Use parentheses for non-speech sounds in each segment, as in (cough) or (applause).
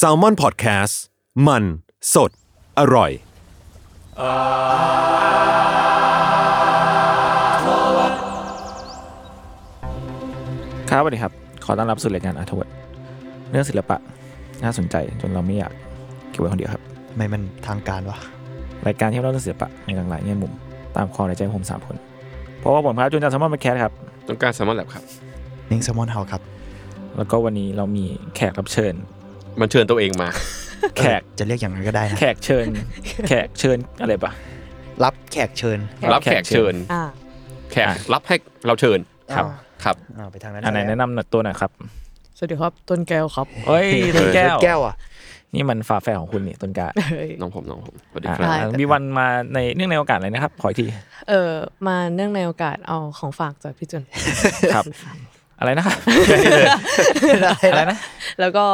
s a l m o n PODCAST มันสดอร่อย ครับสวัสดีครับ ขอต้อนรับสู่รายการอาร์ทเวิร์ดเรื่องศิลปะน่าสนใจจนเราไม่อยากเก็บไว้คนเดียวครับ ทำไมมันทางการวะ รายการที่เล่าเรื่องศิลปะในหลากหลายแง่มุม ตามความในใจของผมสามคน เพราะว่าผมครับจุนจากสมอนมาแคสครับ ต้องการสมอลแลบครับ นิ่งแซมมอนเฮาครับ แล้วก็วันนี้เรามีแขกรับเชิญ (laughs) มันเชิญตัวเองมา แขก เออจะเรียกอย่างนั้นก็ได้นะ แขกเชิญ แขกเชิญอะไรปะ รับแขกเชิญ รับแขกเชิญ แขก อ่ะ รับให้เราเชิญ ครับ ครับ อ้าวไปทางนั้น อันไหน ซแล้ว แนะนำตัวหน่อยครับ สวัสดีครับ ต้นแก้วครับ (laughs) เฮ้ (laughs) ยต้นแก้ว แก้วอ่ะ นี่มันฝาแฝดของคุณนี่ต้นกา เอ้ย น้องผมน้องผมสวัสดี อ่ะ ครับ ได้ มีวันมาในเนื่องในโอกาสอะไรนะครับขออีก (laughs) ที เออมาเนื่องในโอกาสเอาของฝากจากพี่จุน (laughs) ครับ อะไรนะครับ (laughs) อะไรนะ แล้วก็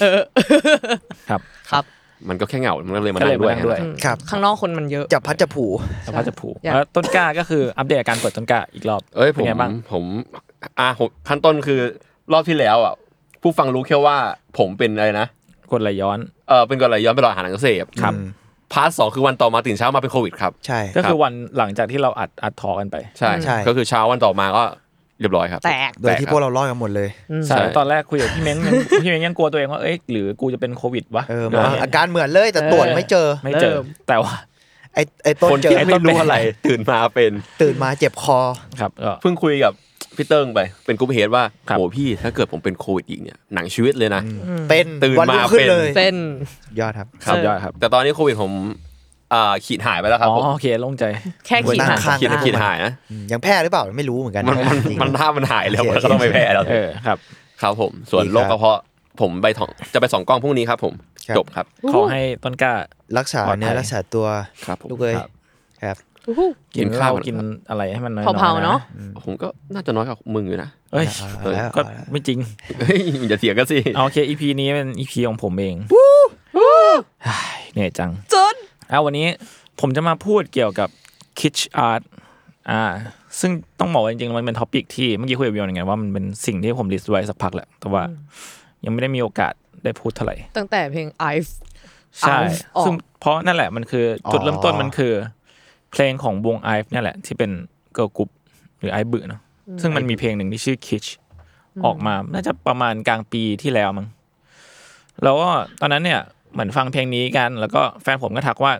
เออ ครับ ครับ มันก็แค่เหงามันก็เลยมา ก็ นั่ เลย งด้วย มานั่งด้วย อืม ครับ ข้างนอกคนมันเยอะ จับพัดจับผู สภาพจะผูก อยาก แล้วต้นกล้าก็คืออัปเดตอาการป่วยต้นกล้าอีกรอบ เอ้ยผ เป็น ม ไงบ้าง ผมอ่ะผมขั้นต้นคือรอบที่แล้วอ่ะผู้ฟังรู้แค่ว่าผมเป็นอะไรนะ กดไหลย้อน เออเป็นกรณีย้อนไปรออาหารอักเสบ ครับ อืม พาร์ทสองคือวันต่อมาตื่นเช้ามาเป็นโควิดครับ ใช่ ก็คือวันหลังจากที่เราอัดอัดทอกันไป ใช่ ใช่ ก็คือเช้าวันต่อมาก็เรียบร้อยครับ แตก โดยที่พวกเรารอดกันหมดเลย ใช่ ใช่ ตอนแรกคุยกับพี่เม้งยัง พี่เม้งยังกลัวตัวเองว่าเอ้ยหรือกูจะเป็นโควิดวะ เออ ดี๋ มา ยวเนี่ย อาการเหมือนเลยแต่ตรวจไม่เจอ ไม่เจอ เริ่ม แต่ว่า ไอ้ไอ้ต้น คน เจ ที่ อ ไม่รู้อะไร ตื่นมาเป็น ตื่นมาเจ็บคอ ครับก็ เพิ่งคุยกับพี่เติ้งไป เป็นกรุ๊ปเฮดว่า ครับ โหพี่ถ้าเกิดผมเป็นโควิดอีกเนี่ยหนังชีวิตเลยนะ เป็น ตื่น วัรุ่ง มา ขึ้ เป็น นเลย เส้น ยอดครับ สุดยอดครับ แต่ตอนนี้โควิดผมอ่าขีดหายไปแล้วค อ๋ รับ อ ผม โอเคโล่งใจ แค่ขีด นั่ง หาง ข้าง ขีดขีดหายนะ อืมยังแพ้หรือเปล่าไม่รู้เหมือนกัน มันมัน จริง มันถ้ามันหายแล้ว โอเค มันก็ต้องไปแพ้แล้ว เออครับ ครับผม ส่วน ดีครับ โรคกระเพาะผมไปถองจะไปสองกล้องพรุ่งนี้ครับผม ครับ จบครับ ขอให้ต้นกล้า รักษา ปลอดภัย เนื้อรักษาตัว ครับผม ลูกเอ้ย ครับ ครับ อู้หู กิน กิน เหล้า ข้าว กินอะไรให้มันน้อย เผาๆ ๆ เนอะ ผมก็น่าจะน้อยกว่ามึงอยู่นะ เอ้ย เอาเอาแล้ว ก็ เอาแล้ว ไม่จริง เฮ้ยอย่าเถียงกันสิ (laughs) เอาโอเค EP นี้เป็น EP ของผมเองเฮ้ยเหนื่อยจัง จุน เอาวันนี้ผมจะมาพูดเกี่ยวกับ kitsch art อ่า ซึ่งต้องบอกว่าจริงๆ มันเป็นท็อปิกที่เมื่อกี้คุยกับวิวยังไงว่ามันเป็นสิ่งที่ผมลิสต์ไว้สักพักแหละ แต่ว่ายังไม่ได้มีโอกาสได้พูดเท่าไหร่ ตั้งแต่เพลง I've ใช่ Ive ออก ซึ่งเพราะนั่นแหละมันคืออ อ จุดเริ่มต้นมันคือ เพลงของวงไอฟ์เนี่ยแหละ ที่เป็นเกิร์ลกรุ๊ปหรือไอบึเนาะซึ่งมันมีเพลงหนึ่งที่ชื่อ kitsch ออกมา น่าจะประมาณกลางปีที่แล้วมั้งแล้วก็ตอนนั้นเนี่ยเหมือนฟังเพลงนี้กัน แล้วก็แฟนผมก็ทักว่า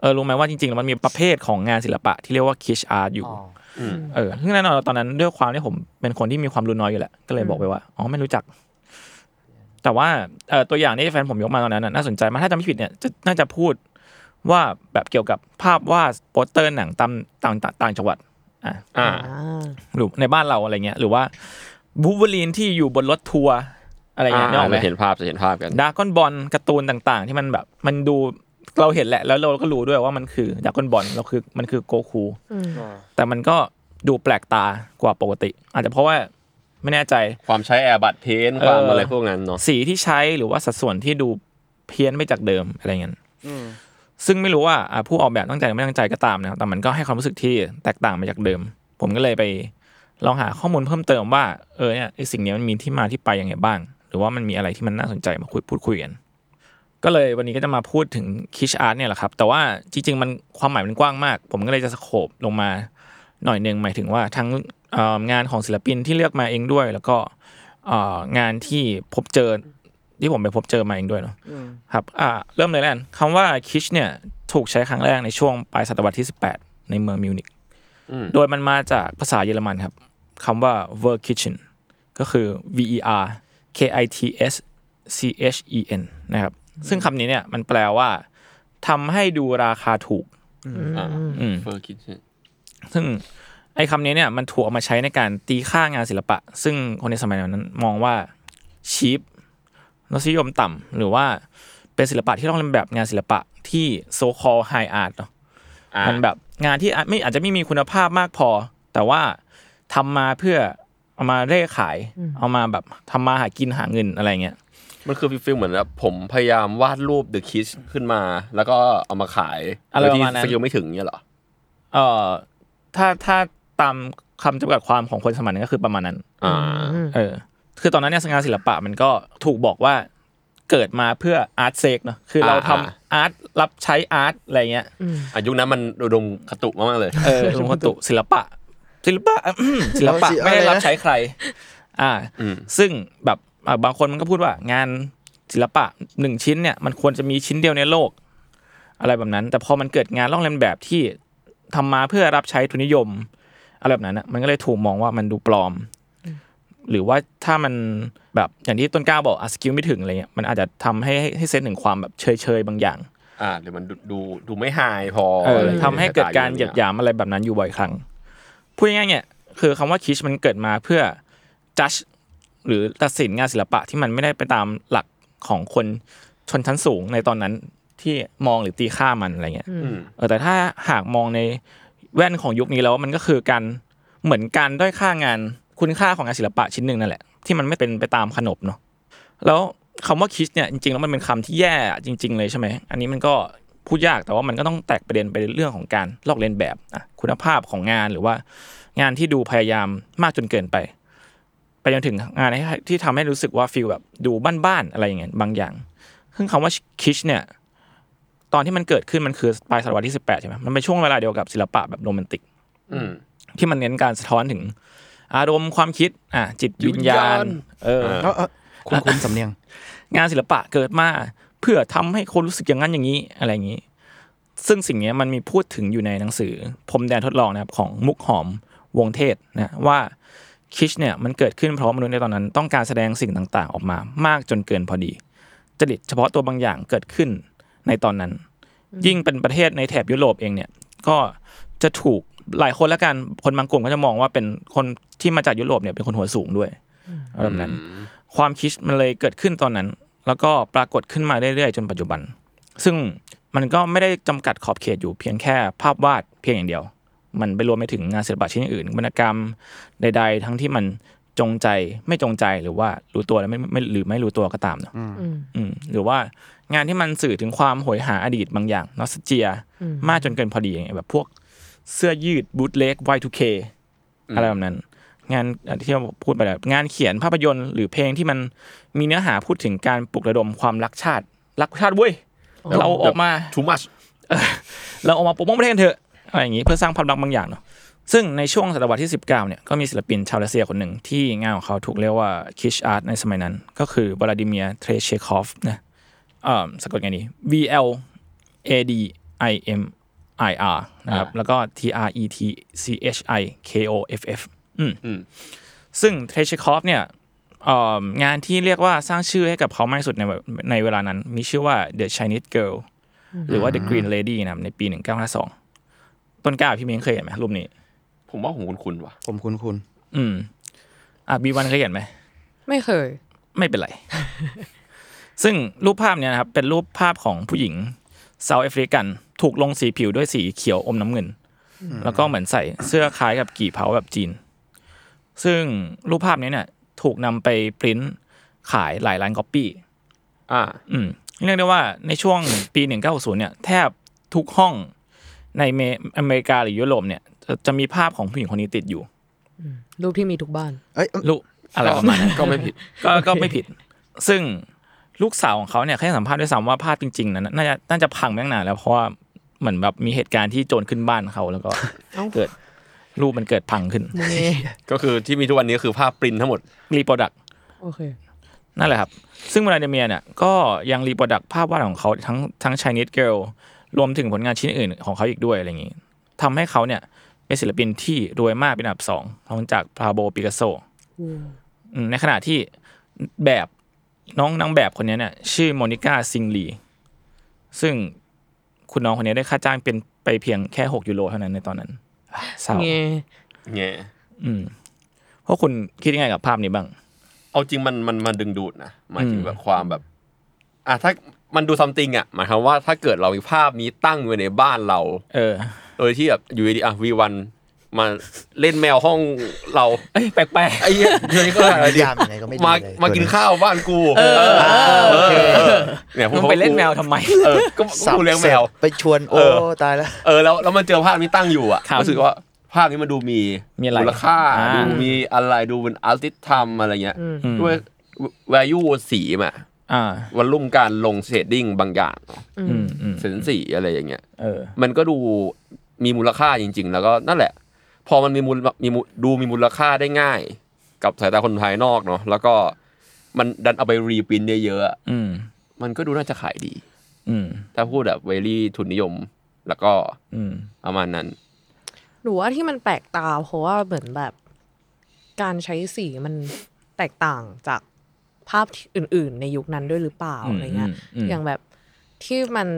เออรู้ไหมว่าจริงๆแล้วมันมีประเภทของงานศิลปะที่เรียกว่า kitsch art อยู่ เออซึ่งแน่นอนตอนนั้นด้วยความที่ผมเป็นคนที่มีความรู้น้อยอยู่แหละ ก็เลยบอกไปว่า อ๋อ ไม่รู้จัก แต่ว่าเอ่อตัวอย่างที่แฟนผมยกมาตอนนั้นน่ะน่าสนใจมากถ้าจำไม่ผิดเนี่ยจะน่าจะพูดว่าแบบเกี่ยวกับภาพวาดโปสเตอร์หนังตามต่างต่างจังหวัด อ่ะ อ่า อ่า หรือในบ้านเราอะไรเงี้ย หรือว่าบูเบลีนที่อยู่บนรถทัวร์อะไรเงี้ยนึกออกไหม จะเห็นภาพจะเห็นภาพกัน ดากอนบอลการ์ตูนต่างๆ ที่มันแบบ มันดูเราเห็นแหละ แล้วเราก็รู้ด้วยว่ามันคือดากอนบอลเราคือมันคือโกคู อืม แต่มันก็ดูแปลกตากว่าปกติ อาจจะเพราะว่าไม่แน่ใจ ความใช้แอร์บัดเพน เออ ความอะไรพวกนั้นเนาะ สีที่ใช้หรือว่าสัดส่วนที่ดูเพี้ยนไปจากเดิมอะไรเงี้ยซึ่งไม่รู้ว่าอ่ะผู้ออกแบบตั้งใจหรือไม่ตั้งใจก็ตามนะครับแต่มันก็ให้ความรู้สึกที่แตกต่างไปจากเดิม ผมก็เลยไปลองหาข้อมูลเพิ่มเติมว่าเออเนี่ยไอสิ่งเนี้ยมันมีที่มาที่ไปยังไงบ้าง หรือว่ามันมีอะไรที่มันน่าสนใจมาคุยพูดคุยกัน ก็เลยวันนี้ก็จะมาพูดถึงคิชอาร์ตเนี่ยแหละครับ แต่ว่าจริงๆ มันความหมายมันกว้างมาก ผมก็เลยจะสโคบลงมาหน่อยหนึ่งหมายถึงว่าทั้งเอ่องานของศิลปินที่เลือกมาเองด้วย แล้วก็เอ่องานที่พบเจอที่ผมไปพบเจอมาเองด้วยเนาะครับอ่าเริ่มเลยแล้วกันคำว่าคิชเนี่ยถูกใช้ครั้งแรกในช่วงปลายศตวรรษที่ 18 ในเมืองมิวนิกโดยมันมาจากภาษาเยอรมันครับคำว่า v e r k i t c h e n ก็คือ V E R K I T S C H E N นะครับ ซึ่งคำนี้เนี่ยมันแปลว่าทำให้ดูราคาถูก อ่า อืม เฟอร์คิด ซึ่งไอ้คำนี้เนี่ยมันถูกเอามาใช้ในการตีค่างานศิลปะ ซึ่งคนในสมัยนั้นมองว่า cheap รสนิยมต่ำหรือว่าเป็นศิลปะที่ต้องเรียนแบบงานศิลปะที่โซคอไฮอาร์ตเนาะ อ่ะ มันแบบงานที่อาจไม่อาจจะไม่มีคุณภาพมากพอ แต่ว่าทำมาเพื่อเอามาเร่ขาย เอามาแบบทำมาหากินหาเงินอะไรเงี้ย มันคือฟิลเหมือนแบบผมพยายามวาดรูปเดอะคิชขึ้นมา แล้วก็เอามาขาย อะไร โดประยที่ มาณนั้น สกิลไม่ถึงเนี่ยเหรอ เอ่อถ้าถ้าตามคำจำกัดความของคนสมัยนั้นก็คือประมาณนั้น อ่า อืม เออ คือตอนนั้นเนี่ยงานศิลปะมันก็ถูกบอกว่าเกิดมาเพื่ออาร์ตเซกเนาะ คือเราทำ อ่า อาร์ตรับใช้อาร์ตอะไรเงี้ย อืม อายุคนั้นมันอุดมคตุมากๆเลย เอ (laughs) อลงกตุศิลปะ ศิลปะอื (laughs) มศิลปะ เอาสิ ไม่ได้ เอาเลยนะ รับใช้ใคร อ่า อืม ซึ่งแบบอ่ะบางคนมันก็พูดว่างานศิลปะหนึ่งชิ้นเนี่ยมันควรจะมีชิ้นเดียวในโลก อะไรแบบนั้น แต่พอมันเกิดงานล่องเลียนแบบที่ทำมาเพื่อรับใช้ทุนนิยม อะไรแบบนั้นนะมันก็เลยถูกมองว่ามันดูปลอม หรือว่าถ้ามันแบบอย่างที่ต้นกล้าบอกอะสกิลไม่ถึงอะไรเงี้ยมันอาจจะทำให้ให้ให้เซนส์ถึงความแบบเชยเชยๆบางอย่าง อ่าเดี๋ยวมันดูดูดูไม่หายพอ เออ อะไรอย่งงี้ย ทำให้เกิดการเหยียดหยามอะไรแบบนั้นอยู่บ่อยครั้งพูดง่ายๆเนี่ยคือคำว่าคิชมันเกิดมาเพื่อ judge หรือตัดสินงานศิลปะที่มันไม่ได้ไปตามหลักของคนชนชั้นสูงในตอนนั้นที่มองหรือตีค่ามันอะไรเงี้ย อืม เออแต่ถ้าหากมองในแว่นของยุคนี้แล้วมันก็คือการเหมือนการด้อยค่างานคุณค่าของงานศิลปะชิ้นหนึ่งนั่นแหละ ที่มันไม่เป็นไปตามขนบเนาะแล้วคำว่าคิชเนี่ยจริงๆแล้วมันเป็นคำที่แย่จริง ๆ เลยใช่ไหมอันนี้มันก็พูดยากแต่ว่ามันก็ต้องแตกประเด็นไปเรื่องของการลอกเลียนแบบอ่ะคุณภาพของงานหรือว่างานที่ดูพยายามมากจนเกินไป ไปจนถึงงานที่ที่ทำให้รู้สึกว่าฟีลแบบดูบ้านๆอะไรอย่างเงี้ยบางอย่างซึ่งคำว่าคิชเนี่ย ตอนที่มันเกิดขึ้นมันคือปลายศตวรรษที่ 18 ใช่ไหมมันเป็นช่วงเวลาเดียวกับศิลปะแบบโรแมนติก อืม ที่มันเน้นการสะท้อนถึง อารมณ์ความคิดอ่ะจิตวิญญาณ วิญญาณ เออ เออ เอาเอาคุณคุณสำเนียง งานศิลปะเกิดมาเพื่อทำให้คนรู้สึกอย่างนั้นอย่างนี้อะไรอย่างนี้ ซึ่งสิ่งเนี้ยมันมีพูดถึงอยู่ในหนังสือพรมแดนทดลองนะครับของมุกหอมวงเทศนะว่าคิชเนี่ยมันเกิดขึ้นเพราะมนุษย์ในตอนนั้น ต้องการแสดงสิ่งต่างๆ ออกมามากจนเกินพอดีจริตเฉพาะตัวบางอย่างเกิดขึ้นในตอนนั้น ยิ่งเป็นประเทศในแถบยุโรปเองเนี่ยก็จะถูกหลายคนละกันคนบางกลุ่มก็จะมองว่าเป็นคนที่มาจากยุโรปเนี่ยเป็นคนหัวสูงด้วยอะไรแบบนั้น ความคิดมันเลยเกิดขึ้นตอนนั้น แล้วก็ปรากฏขึ้นมาเรื่อยๆ จนปัจจุบัน ซึ่งมันก็ไม่ได้จำกัดขอบเขตอยู่เพียงแค่ภาพวาดเพียงอย่างเดียว มันไปรวมไปถึงงานศิลปะชิ้นอื่นวรรณกรรมใด ๆ ทั้งที่มันจงใจไม่จงใจหรือว่ารู้ตัวและไม่ไม่หรือไม่รู้ตัวก็ตามเนอะ อืม อืมหรือว่างานที่มันสื่อถึงความโหยหาอดีตบางอย่างนอสเจีย อืม มากจนเกินพอดีอย่างเงี้ยแบบพวกเสื้อยืดบูทเล็ก Y2K อะไรแบบนั้น งานอ่ะที่เราพูดไปแล้วงานเขียนภาพยนตร์หรือเพลงที่มันมีเนื้อหาพูดถึงการปลุกระดมความรักชาติ รักชาติเว้ย เราออกมา too much เราออกมาปกป้องประเทศกันเถอะอะไรอย่างนี้เพื่อสร้างความรักบางอย่างเนาะซึ่งในช่วงศตวรรษที่ 19เนี่ยก็มีศิลปินชาวรัสเซียคนหนึ่งที่งานของเขาถูกเรียกว่าคิชอาร์ตในสมัยนั้น ก็คือวลาดิเมียร์เทรเชคอฟนะเอ่อสะกดไงดี V L A D I M I R นะครับแล้วก็ T R E T C H I K O F F อืม อืม ซึ่งเทรเชคอฟเนี่ยเอ่องานที่เรียกว่าสร้างชื่อให้กับเขามากที่สุดในเวในเวลานั้น มีชื่อว่า The Chinese Girl หรือว่า The Green Lady นะครับในปี 1952 ต้นกล้าพี่เม้งเคยเห็นไหมรูปนี้ ผมว่าผมคุ้นๆว่ะ ผมคุณคุณ อืม อ่ะบีวันเคยเห็นไหม ไม่เคย ไม่ (laughs) เป็นไร ซึ่งรูปภาพเนี่ยนะครับ เป็นรูปภาพของผู้หญิงเซาท์แอฟริกัน ถูกลงสีผิวด้วยสีเขียวอมน้ำเงิน แล้วก็เหมือนใส่เสื้อคล้ายกับกี่เผาแบบจีน ซึ่งรูปภาพเนี้ยเนี่ย ถูกนำไปปริ้นขายหลายล้านก๊อปปี้ อ่า อืมเรียกได้ว่าในช่วง ปี 1960เนี่ยแทบทุกห้องในเมอเมริกาหรือยุโรปเนี่ยจะจะมีภาพของผู้หญิงคนนี้ติดอยู่ รูปที่มีทุกบ้าน เอ้ย ลูกอะไรประมาณนั้น ก็ไม่ผิด ก็ก็ไม่ผิด ซึ่งลูกสาวของเขาเนี่ยเคยให้สัมภาษณ์ด้วยซ้ำว่าภาพจริงๆนั้นน่าจะน่าจะพังไปตั้งนานแล้วเพราะว่าเหมือนแบบมีเหตุการณ์ที่โจรขึ้นบ้านเขาแล้วก็ เอ้า เกิดรูปมันเกิดพังขึ้น มึงเอง ก็คือที่มีทุกวันนี้คือภาพปรินทั้งหมด รีโปรดัก โอเค นั่นแหละครับ ซึ่งวลาดิเมียร์เนี่ยก็ยังรีโปรดักภาพวาดของเขาทั้งทั้งชายนิดเกิลรวมถึงผลงานชิ้นอื่นของเขาอีกด้วยอะไรอย่างนี้ทำให้เขาเนี่ยเป็นศิลปินที่รวยมากเป็นอันดับสองรองจากพาโบปิกัสโซในขณะที่แบบน้องนางแบบคนนี้เนี่ยชื่อโมนิก้าซิงลี ซึ่งคุณน้องคนนี้ได้ค่าจ้างเป็นไปเพียงแค่ 6 ยูโรเท่านั้นในตอนนั้นเศร้า เง เงี้ย พวกคุณคิดยังไงกับภาพนี้บ้าง เอาจริงมันมันมันดึงดูดนะหมายถึง อืม แบบความแบบ อ่ะถ้ามันดูซัมติงอ่ะหมายความว่าถ้าเกิดเรามีภาพนี้ตั้งไว้ในบ้านเรา เออ โดยที่แบบอยู่ดีๆอ่ะวีวันมาเล่นแมวห้องเรา เอ้ยแปลก ไอ้เหี้ยเดี๋ยวนี้ก็อะไร นิ ดิ ยามยังไงก็ไม่ดี มา เลย มากินข้าวบ้านกู เออ เออเออเนี่ย ๆ พวก มึง ขา ไปเล่นแมวทำไม เออก็ สับ กูเลี้ยงแมว สร็จไปชวนโอ้ เออ ตายแล้ว เออแล้วแล้วมันเจอภาพนี้ตั้งอยู่อ่ะ ครับ รู้สึกว่าภาพนี้มันดูมี มีอะไร มูลค่า อ่า ดูมีอะไรดูเป็นอาร์ติสทำอะไรเงี้ย อืม อืม ด้วย value สีมะ อ่า วันรุ่มการลงเชดดิ้งบางอย่าง อื อื ม มอืม เซนสีอะไรอย่างเงี้ย เออ มันก็ดูมีมูลค่าจริง ๆ แล้วก็นั่นแหละ พอมันมีมูลมีมูดูมีมูลค่าได้ง่าย กับสายตาคนภายนอกเนาะแล้วก็มันดันเอาไปรีปรินท์เยอะๆอะ อืม มันก็ดูน่าจะขายดี อืม ถ้าพูดแบบเวลี่ทุนนิยม แล้วก็ อืม ประมาณนั้น หนูว่าที่มันแปลกตาเพราะว่าเหมือนแบบ การใช้สีมันแตกต่างจากภาพที่อื่น ๆ ในยุคนั้นด้วยหรือเปล่า อืม อะไรเงี้ย อืมอืม อย่างแบบที่มัน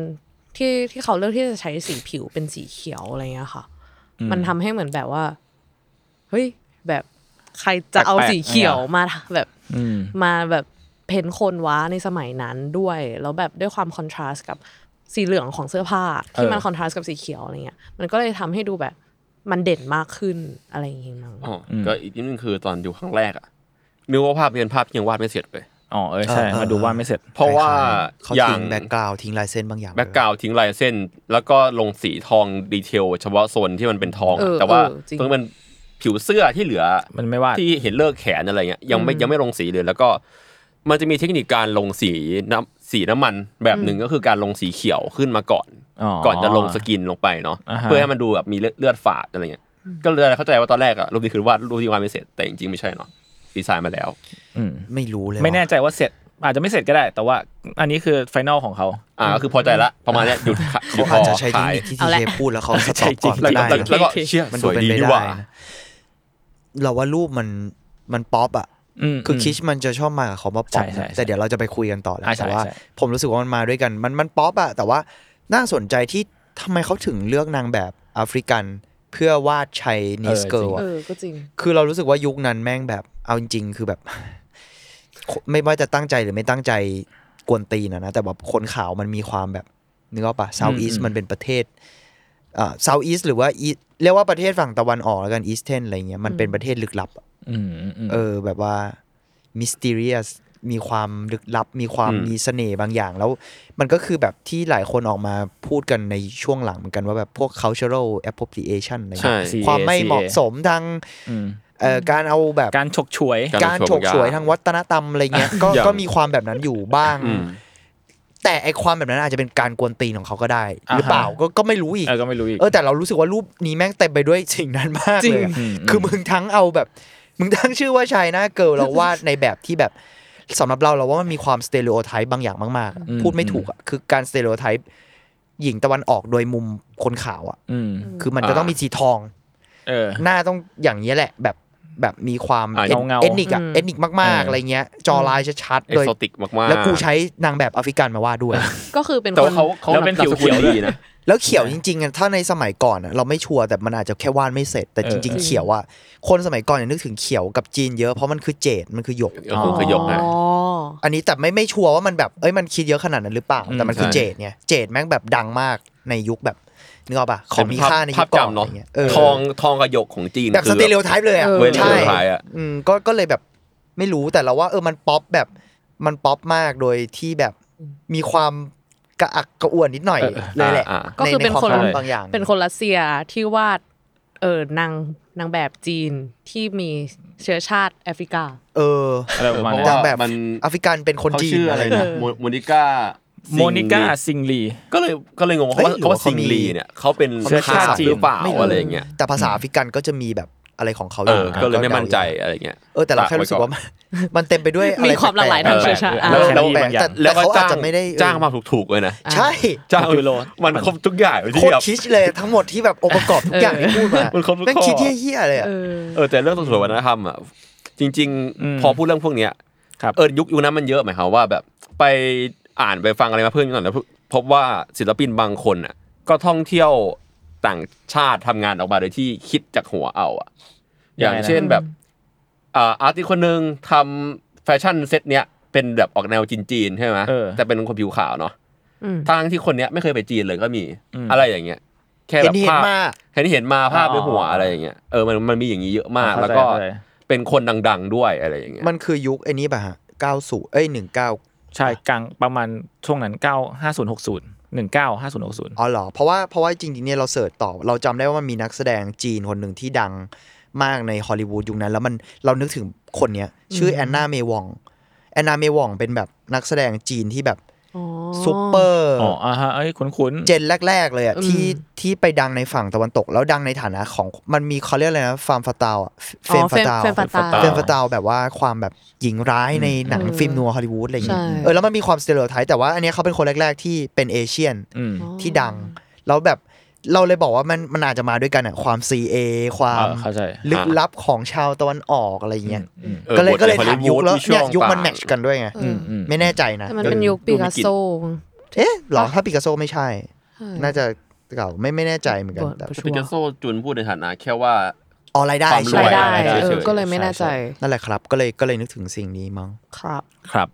ที่ที่เขาเลือกที่จะใช้สีผิวเป็นสีเขียวอะไรเงี้ยค่ะ มันทำให้เหมือนแบบว่า เฮ้ย แบบใครจะเอาสีเขียวมาแบบ อืม มาแบบเพ้นคนว้าในสมัยนั้นด้วย แล้วแบบด้วยความคอนทราสต์กับสีเหลืองของเสื้อผ้า ที่มันคอนทราสต์กับสีเขียวอะไรเงี้ยมันก็เลยทำให้ดูแบบมันเด่นมากขึ้นอะไรอย่างเงี้ยมั้ง อ๋ออ ม ก็อีกนิดนึงคือตอนอยู่ครั้งแรกอะมิวว่าภาพเรียนภาพยังวาดไม่เสร็จเลย อ๋อเออใช่ เออเออ มาดูว่าไม่เสร็จ เพราะว่า เขา อย่าง ทิ้งแบ็กกราวทิ้งลายเส้นบางอย่าง แบ็กกราวทิ้งลายเส้น แล้วก็ลงสีทองดีเทลเฉพาะโซนที่มันเป็นทอง เอ อะ อ แต่ว่า เออจริง เพิ่งเป็นผิวเสื้อที่เหลือ มันไม่วาด ที่เห็นเลิกแขนอะไรเงี้ยยังไม่ยังไม่ลงสีเลย แล้วก็มันจะมีเทคนิคการลงสีน้ำสีน้ำมันแบบหนึ่งก็คือการลงสีเขียวขึ้นมาก่อน อ๋อ ก่อนจะลงสกินลงไปเนาะ อ่าฮะ เพื่อให้มันดูแบบมีเลือดเลือดฝาดอะไรเงี้ยก็เลยเข้าใจว่าตอนแรกอะรูปนี้คือวาดรูปที่วาดไม่เสร็จแต่จริงๆไม่ใช่เนาะดีไซน์มาแล้ว อืม ไม่รู้เลย ไม่แน่ใจว่าเสร็จ อาจจะไม่เสร็จก็ได้ แต่ว่าอันนี้คือไฟนอลของเขา อ่าก็คือพอใจละประมาณเนี้ยหยุดขายหยุ เขา ดพ อาจ อ จะใช้เทค ขาย นิคที่ เอา ที ละ เจพูดแล้วเขาสต็อกก่อน แล้ ก็ วก็ ได้นะ แล้วก็ โอเค เชี่ย มัน ส ดู วย เป็น ดี ไป นี่ห ได้ ว่า นะเราว่ารูปมันมันป๊อปอะ อืม คืออ ม คิชมันจะชอบมากับคำว่าป๊อป ใช่ใช่ใช่ แต่เดี๋ยวเราจะไปคุยกันต่อแล้ว อ่าใช่ แต่ว่า ใช่ ผมรู้สึกว่ามันมาด้วยกัน มันมันป๊อปอะแต่ว่าน่าสนใจที่ทำไมเขาถึงเลือกนางแบบแอฟริกันเพื่อวาดชัยนิสเกิล เอ อะ อก็จริง คือเรารู้สึกว่ายุคนั้นแม่งแบบเอาจริงๆคือแบบ (laughs) ไม่ว่าจะตั้งใจหรือไม่ตั้งใจกวนตีนอะนะ แต่แบบคนขาวมันมีความแบบนึกออกปะ South อื East ม มันเป็นประเทศอ่า South East หรือว่า East เรียกว่าประเทศฝั่งตะวันออกแล้วกัน Eastern อะไรเงี้ยมันเป็นประเทศลึกลับอะ อืมอืมอืม เออ แบบว่า mysterious มีความลึกลับ มีความ อืม มีเสน่ห์บางอย่างแล้ว มันก็คือแบบที่หลายคนออกมาพูดกันในช่วงหลังเหมือนกันว่าแบบพวก cultural appropriation อะไร ใช่ เงี้ยความไม่เหมาะสมทาง อืม เอ่อการเอาแบบ การฉกฉวย การ การฉกฉวยทางวัฒนธรรมอะไรเงี้ยก็ อย่าง ก็มีความแบบนั้นอยู่บ้าง อืม แต่ไอความแบบนั้นอาจจะเป็นการกวนตีนของเขาก็ได้ หรือ ฮะ เปล่าก็ก็ไม่รู้อีก เออก็ไม่รู้อีก เออแต่เรารู้สึกว่ารูปนี้แม่งเต็มไปด้วยสิ่งนั้นมากเลยอะ จริง คือมึงทั้งเอาแบบ มึงทั้งชื่อว่าชายหน้าเกิร์ลเราวาดในแบบที่แบบสำหรับเราเราว่ามันมีความสเต r e o โอไทป์บางอย่างมากๆอะพูดไม่ถูกอ่ะคือการสเต r e o โอไทป์หญิงตะวันออกโดยมุมคนขาวอ่ะ อืม คือมันจะต้องมีสีทอง เออ หน้าต้องอย่างนี้ยแหละแบบแบบมีความ อ่ะ เอ็น เงาๆ เอ็นนิกอะ อืม เอ็นนิกมาก เอออๆอะไรเงี้ย จอลายชัด เอ็ ๆ ก โดย โซติกมากๆ แล้วกูใช้นางแบบแอฟริกันมาวาดด้วย ก็คือเป็น แต่ ค ว่าน เขาเขา แล้วเป็นผิวเขียวด้วดีย นะ แล้วเขียวจริงๆอะถ้าในสมัยก่อนอะเราไม่ชัวร์แต่มันอาจจะแค่วาดไม่เสร็จแต่ เออ จริง ๆ เขียวอะคนสมัยก่อนอย่านึกถึงเขียวกับจีนเยอะเพราะมันคือเจดมันคือหยก ก็คือคือหยกนะ อ๋อ อันนี้แต่ไม่ไม่ชัวร์ว่ามันแบบเอ้ยมันคิดเยอะขนาดนั้นหรือเปล่า แต่มันคือ ใช่ เจดเนี่ยเจดแม่งแบบดังมากในยุคแบบนึกออกปะของมีค่าในยุภาพ คก่อนอะไรจำเนาะ เงี้ยเออ ทองทองกับหยกของจีน แบบ คื ส อ เตเรโอไทป์เลยอะ เวลี ใช่ สุดท้ายอะ อืมก็ก็เลยแบบไม่รู้แต่เราว่าเออมันป๊อปแบบมันป๊อปมากโดยที่แบบมีความกระอักกระอ่วนนิดหน่อยเลยแหละ อ่าอ่า ก็คือเป็นคน ใวามบางอย่าง เป็นคนรัสเซียที่วาดเออนางนางแบบจีนที่มีเชื้อชาติแอฟริกา เออ อะไรประมาณ เพราะ จา นั้นกว่า แบบ มัน แอฟริกันเป็นคน เขา จีน ชื่ออะไรนะ เออ โมโมนิก้า โมนิก้าซิงลี ก็เลยก็เลยงงว่าเขาว่าเขาว่าซิงลีเนี่ยเขาเป็น เชื้อชาติจีน หรือเปล่าอะไรอย่างเงี้ย แต่ภาษาแอฟริกันก็จะมีแบบอะไรของเขาอ เอยู่ อก็เลยไม่มั่นใจอะไรเงี้ย เออแต่เราแค่รู้สึกว่ามันมันเต็มไปด้วยอะไร มีความหลากหลาย แป ทาง กๆ เชื้อชาติ เออ อ่ะ แล้ว แล้ว แบบอแต่ย่าง แต่ แล้วก็ เขาอาจ จ้าง จะไม่ได้เออ จ้างมาถูกๆเลยนะ ใช่ จ้าง ยูโร มันครบทุกอย่างเลย โคตรที่แบบ คิดเลยทั้งหมดที่แบบองค์ประกอบทุกอย่างที่พูดมา มันครบทุกข้อ แม่งคิดเหี้ยๆเลยอะ เออ เออแต่เรื่องส่วนวัฒนธรรมอ่ะจริง อืม ๆ พอพูดเรื่องพวกเนี้ย ครับ เออยุคยุคนั้นมันเยอะหมายความว่าแบบไปอ่านไปฟังอะไรมาเพิ่มหน่อยแล้วพบว่าศิลปินบางคนอ่ะก็ท่องเที่ยวต่างชาติทำงานออกมาโดยที่คิดจากหัวเอาอ่ะอย่างเช่นแบบอ่าอาร์ติคนหนึ่งทำ แฟชั่นเซตเนี้ยเป็นแบบออกแนวจีนๆใช่ไหม เออ แต่เป็นคนผิวขาวเนาะ อืม ทั้งที่คนเนี้ยไม่เคยไปจีนเลยก็มีอะไรอย่างเงี้ย แค่ เห็ แบ น บ เห็น ภาพ มา เห็นเห็นมาภาพ อ๋อ ในหัวอะไรอย่างเงี้ยเออมันมันมีอย่างนี้เยอะมาก เข้ แล้ว ใจ ก็ เข้าใจ เป็นคนดัง ๆ ด้วยอะไรอย่างเงี้ย มันคือยุคไอ้นี้ป่ะฮะ90เอ้ย19 ใช่กลางประมาณช่วงนั้นเก้าห้าศูนย์หกศูนย์หนึ่งเก้าห้าศูนย์หกศูนย์ อ๋อเหรอ เพราะว่าเพราะว่าจริงๆเนี่ยเราเสิร์ชต่อ เราจำได้ว่ามันมีนักแสดงจีนคนหนึ่งที่ดังมากในฮอลลีวูดยุคนั้น แล้วมันเรานึกถึงคนเนี้ย ชื่อแอนนาเมวองแอนนาเมวองเป็นแบบนักแสดงจีนที่แบบ อ๋อ ซูเปอร์ อ๋ออ่าฮะเอ้ยคุ้นๆ เจนแรก ๆ เลยอะ อืม ที่ที่ไปดังในฝั่งตะวันตก แล้วดังในฐานะของมันมีเขาเรียกอะไรนะฟาร์มฟาตาอะเฟ อ๋ น อ ฟาตา เฟนฟาตา เฟนฟาตาแบบว่าความแบบหญิงร้ายในหนังฟิล์มนัวฮอลลีวูดอะไรอย่างเงี้ย ใช่ เออแล้วมันมีความสเตอริโอไทป์แต่ว่าอันเนี้ยเขาเป็นคนแรก ๆ ที่เป็นเอเชียน อืม ที่ดัง แล้วแบบเราเลยบอกว่ามันมันอาจจะมาด้วยกันอะความ CA ความ เออเข้าใจ ลึกลับของชาวตะวันออกอะไรเงี้ย อืม ออ ก็เลย บท ก็เลย ใน ถาม Hollywood ยุคแล้ว ช่ เนี่ วย ง ยุค ปลา มันแมทช์กันด้วยไง เอออ ไม่แน่ใจนะ แต่มันเป็นยุค ดู ปิ ไม่ กัส กิน โซ เอ๊ะเหรอถ้าปิกัสโซไม่ใช่ ใช่ น่าจะเก่าไม่ไม่แน่ใจเหมือนกันแต่ ปิกัสโซจุนพูดในฐานะแค่ว่า ออนไลน์ได้ ความร ใช่ วย ไหม รายได้ รายได้ เอ เฉ อย ก็เลยไม่แน่ใจ นั่นแหละครับ ก็เลยก็เลยนึกถึงสิ่งนี้มั้ง ครับ ครับ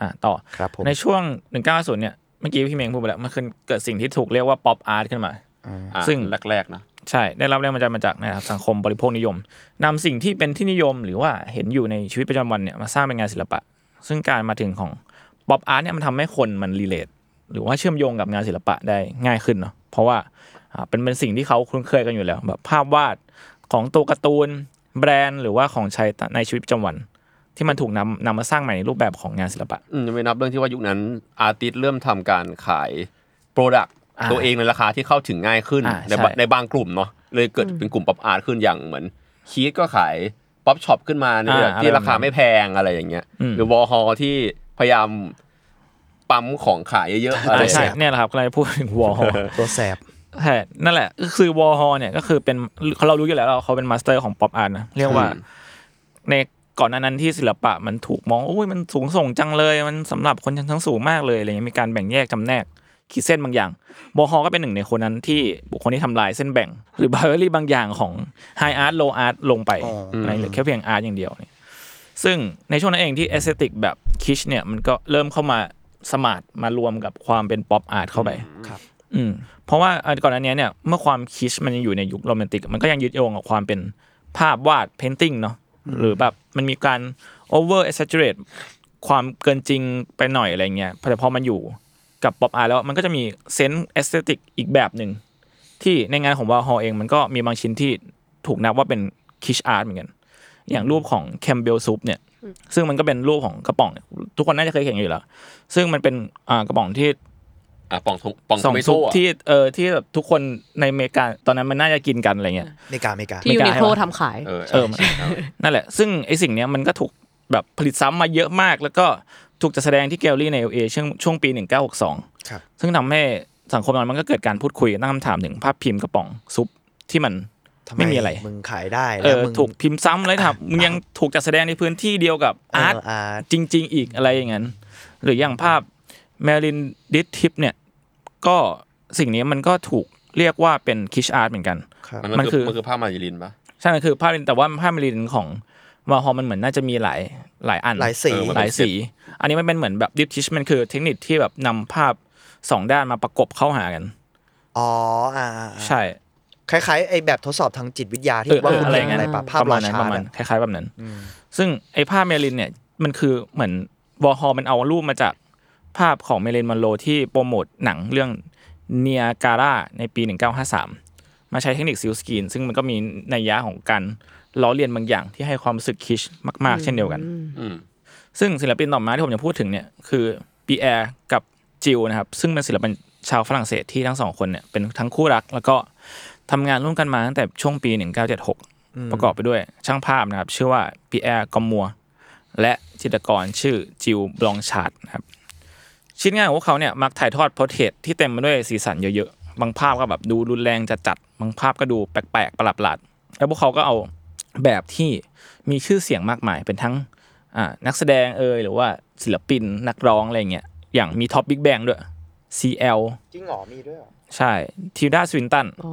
อ่าต่อ ครับผม ในช่วง 1990เนี่ย เมื่อกี้พี่เมงพูดไปแล้ว มันคือเกิดสิ่งที่ถูกเรียกว่าป๊อปอาร์ตขึ้นมา อ่า อ่ะ ซึ่ง แรกๆนะ ใช่ ได้รับแรงบันดาลใจมาจากนะครับสังคมบริโภคนิยมนำสิ่งที่เป็นที่นิยมหรือว่าเห็นอยู่ในชีวิตประจำวันเนี่ยมาสร้างเป็นงานศิลปะ ซึ่งการมาถึงของป๊อปอาร์ตเนี่ยมันทำให้คนมันรีเลทหรือว่าเชื่อมโยงกับงานศิลปะได้ง่ายขึ้นเนาะเพราะว่าอ่าเป็นเป็นสิ่งที่เขาคุ้นเคยกันอยู่แล้ว แบบภาพวาดของตัวการ์ตูน แบรนด์หรือว่าของใช้ในชีวิตประจำวัน ที่มันถูกนำนำมาสร้างใหม่ในรูปแบบของงานศิลปะ อืมยังไม่นับเรื่องที่ว่ายุคนั้น อาร์ติสเริ่มทำการขายโปรดักต์ อ่า ตัวเองในราคาที่เข้าถึงง่ายขึ้น อ่า ในบะ ใช่ ในบางกลุ่มเนาะเลยเกิดเป็นกลุ่มป๊อปอาร์ตขึ้นอย่างเหมือนคีตก็ขายป๊อปช็อปขึ้นมาในแบบ อ่า ที่ อะไร ราคาไม่แพงอะไรอย่างเงี้ย อืม หรือวอลฮอลที่พยายามปั๊มของขายเยอะๆอะไร อ่าใช่ เงี้ย เนี่ยแหละครับกำลังจะพูดถึง (laughs) วอล ตัวแสบ ใช่นั่นแหละก็คือวอลฮอเนี่ยก็คือเป็นเรารู้อยู่แล้วเราเขาเป็นมาสเตอร์ของป๊อปอาร์ตนะเรียกว่า อืม ในก่อนหน้านั้นที่ศิลปะมันถูกมองโอ้ยมันสูงส่งจังเลยมันสำหรับคนชั้นสูงมากเลยอะไรเงี้ยมีการแบ่งแยกจำแนกขีดเส้นบางอย่างวอลฮอก็เป็นหนึ่งในคนนั้นที่บุคคลที่ทำลายเส้นแบ่ง หรือบา r รี่บางอย่างของไฮอาร์ตโลอาร์ตลงไป อ๋ออืม ในเหลือแค่เพียงอาร์ตอย่างเดียวเนี่ยซึ่งในช่วงนั้นเองที่เอสเตติกแบบคิชเนี่ยมันก็เริ่มเข้ามาสมาร์ทมารวมกับความเป็นป๊อปอาร์ตเข้าไป อืมเพราะว่าอันก่อนอันเนี้ยเนี่ยเมื่อความคิชมันยังอยู่ในยุคโรแมนติก มันก็ยังยึดโยงกับความเป็นภาพวาดเพนติงเนาะหรือแบบมันมีการโอเวอร์เอ็กซ์เจรตความเกินจริงไปหน่อยอะไรเงี้ยแต่พอมันอยู่กับป๊อปอาร์แล้วมันก็จะมีเซนส์เอสเตติกอีกแบบหนึ่ง ที่ในงานของวาฮอเองมันก็มีบางชิ้นที่ถูกนับว่าเป็นคิชอาร์ตเหมือนกัน อย่างรูปของแคมเบลซุปเนี่ย ซึ่งมันก็เป็นรูปของกระป๋องเนี่ยทุกคนน่าจะเคยเห็นอยู่แล้ว ซึ่งมันเป็นอ่ากระป๋องที่ อ่ะปองทงปอง สอง ไม่ ซุปโซ่อะ ที่เออที่แบบทุกคนในอเมริกาตอนนั้นมันน่าจะกินกันอะไรเงี้ย อเมริกาอเมริกา ที่ ไม่กล้ายูนิ ให้ โคล วะ ทำขาย เออ เออ ใช่ใช่ นั่นแหละ ซึ่งไอสิ่งเนี้ยมันก็ถูกแบบผลิตซ้ำมาเยอะมาก แล้วก็ถูกจัดแสดงที่แกลลี่ในเอเอช่วงช่วงปี 1962 ครับ ซึ่งทำให้สังคมนั้นมันก็เกิดการพูดคุยตั้งคำถามถึงภาพพิมพ์กระป๋องซุปที่มัน ทำ ไม่มีอะไร มึงขายได้ เอ แล้ว อ มึง ถูกพิมพ์ซ้ำเลยครับมึงยังถูกจัดแสดงในพื้นที่เดียวกับ เอา ร์ต ออาร์ต จริง ๆ อีกอะไรอย่างนั้น หรืออย่างภาพแมรินดิสทิปเนี่ย ก็สิ่งนี้มันก็ถูกเรียกว่าเป็นคิชอาร์ตเหมือนกัน ครับ มัน มันคื คือ อมันคือผ้ามาริลินปะ ใช่มันคือภาพลินแต่ว่าภาพลินของวาฮอมันเหมือนน่าจะมีหลายหลายอัน หลายสี เออมัน หลายสี อันนี้มันเป็นเหมือนแบบดิฟทิชมันคือเทคนิคที่แบบนำภาพสองด้านมาประกบเข้าหากัน อ๋ออ่าอ่าอ่า ใช่ คล้ายๆไอ้แบบทดสอบทางจิตวิทยา เอ ที่ อ ว่า เออ คุณ อะไร เห็น เงี้ยอะไรปะภาพ ประมา รา ณนั้น ชา ประมาณ เนี่ย คล้ายๆแบบนั้น ซึ่งไอ้ภาพเมรินเนี่ยมันคือเหมือนวอฮอมันเอารูปมาจากภาพของเมรินมอนโรที่โปรโมทหนังเรื่องเนียการาในปี 1953 มาใช้เทคนิคซิลสกรีนซึ่งมันก็มีนัยยะของการล้อเลียนบางอย่างที่ให้ความรู้สึกคิชมาก ๆ เช่นเดียวกัน อืม ซึ่งศิลปินต่อมาที่ผมจะพูดถึงเนี่ยคือปีแอร์กับจิลนะครับ ซึ่งเป็นศิลปินชาวฝรั่งเศสที่ทั้งสองคนเนี่ยเป็นทั้งคู่รัก แล้วก็ทำงานร่วมกันมาตั้งแต่ช่วงปี 1976 ประกอบไปด้วยช่างภาพนะครับ ชื่อว่าปีแอร์กอมมัว และจิตรกรชื่อจิลบลองชาร์ดนะครับ ชิ้นงานของพวกเขาเนี่ยมักถ่ายทอดโพสเทรตที่เต็มไปด้วยสีสันเยอะๆ บางภาพก็แบบดูรุนแรงจัดๆ บางภาพก็ดูแปลกๆ ประหลาดๆ แล้วพวกเขาก็เอาแบบที่มีชื่อเสียงมากมาย เป็นทั้งอ่านักแสดงเอยหรือว่าศิลปินนักร้องอะไรเงี้ย อย่างมีท็อปบิ๊กแบงด้วย CL จริงเหรอมีด้วยเหรอ ใช่ทิวดาสวินตัน อ๋อ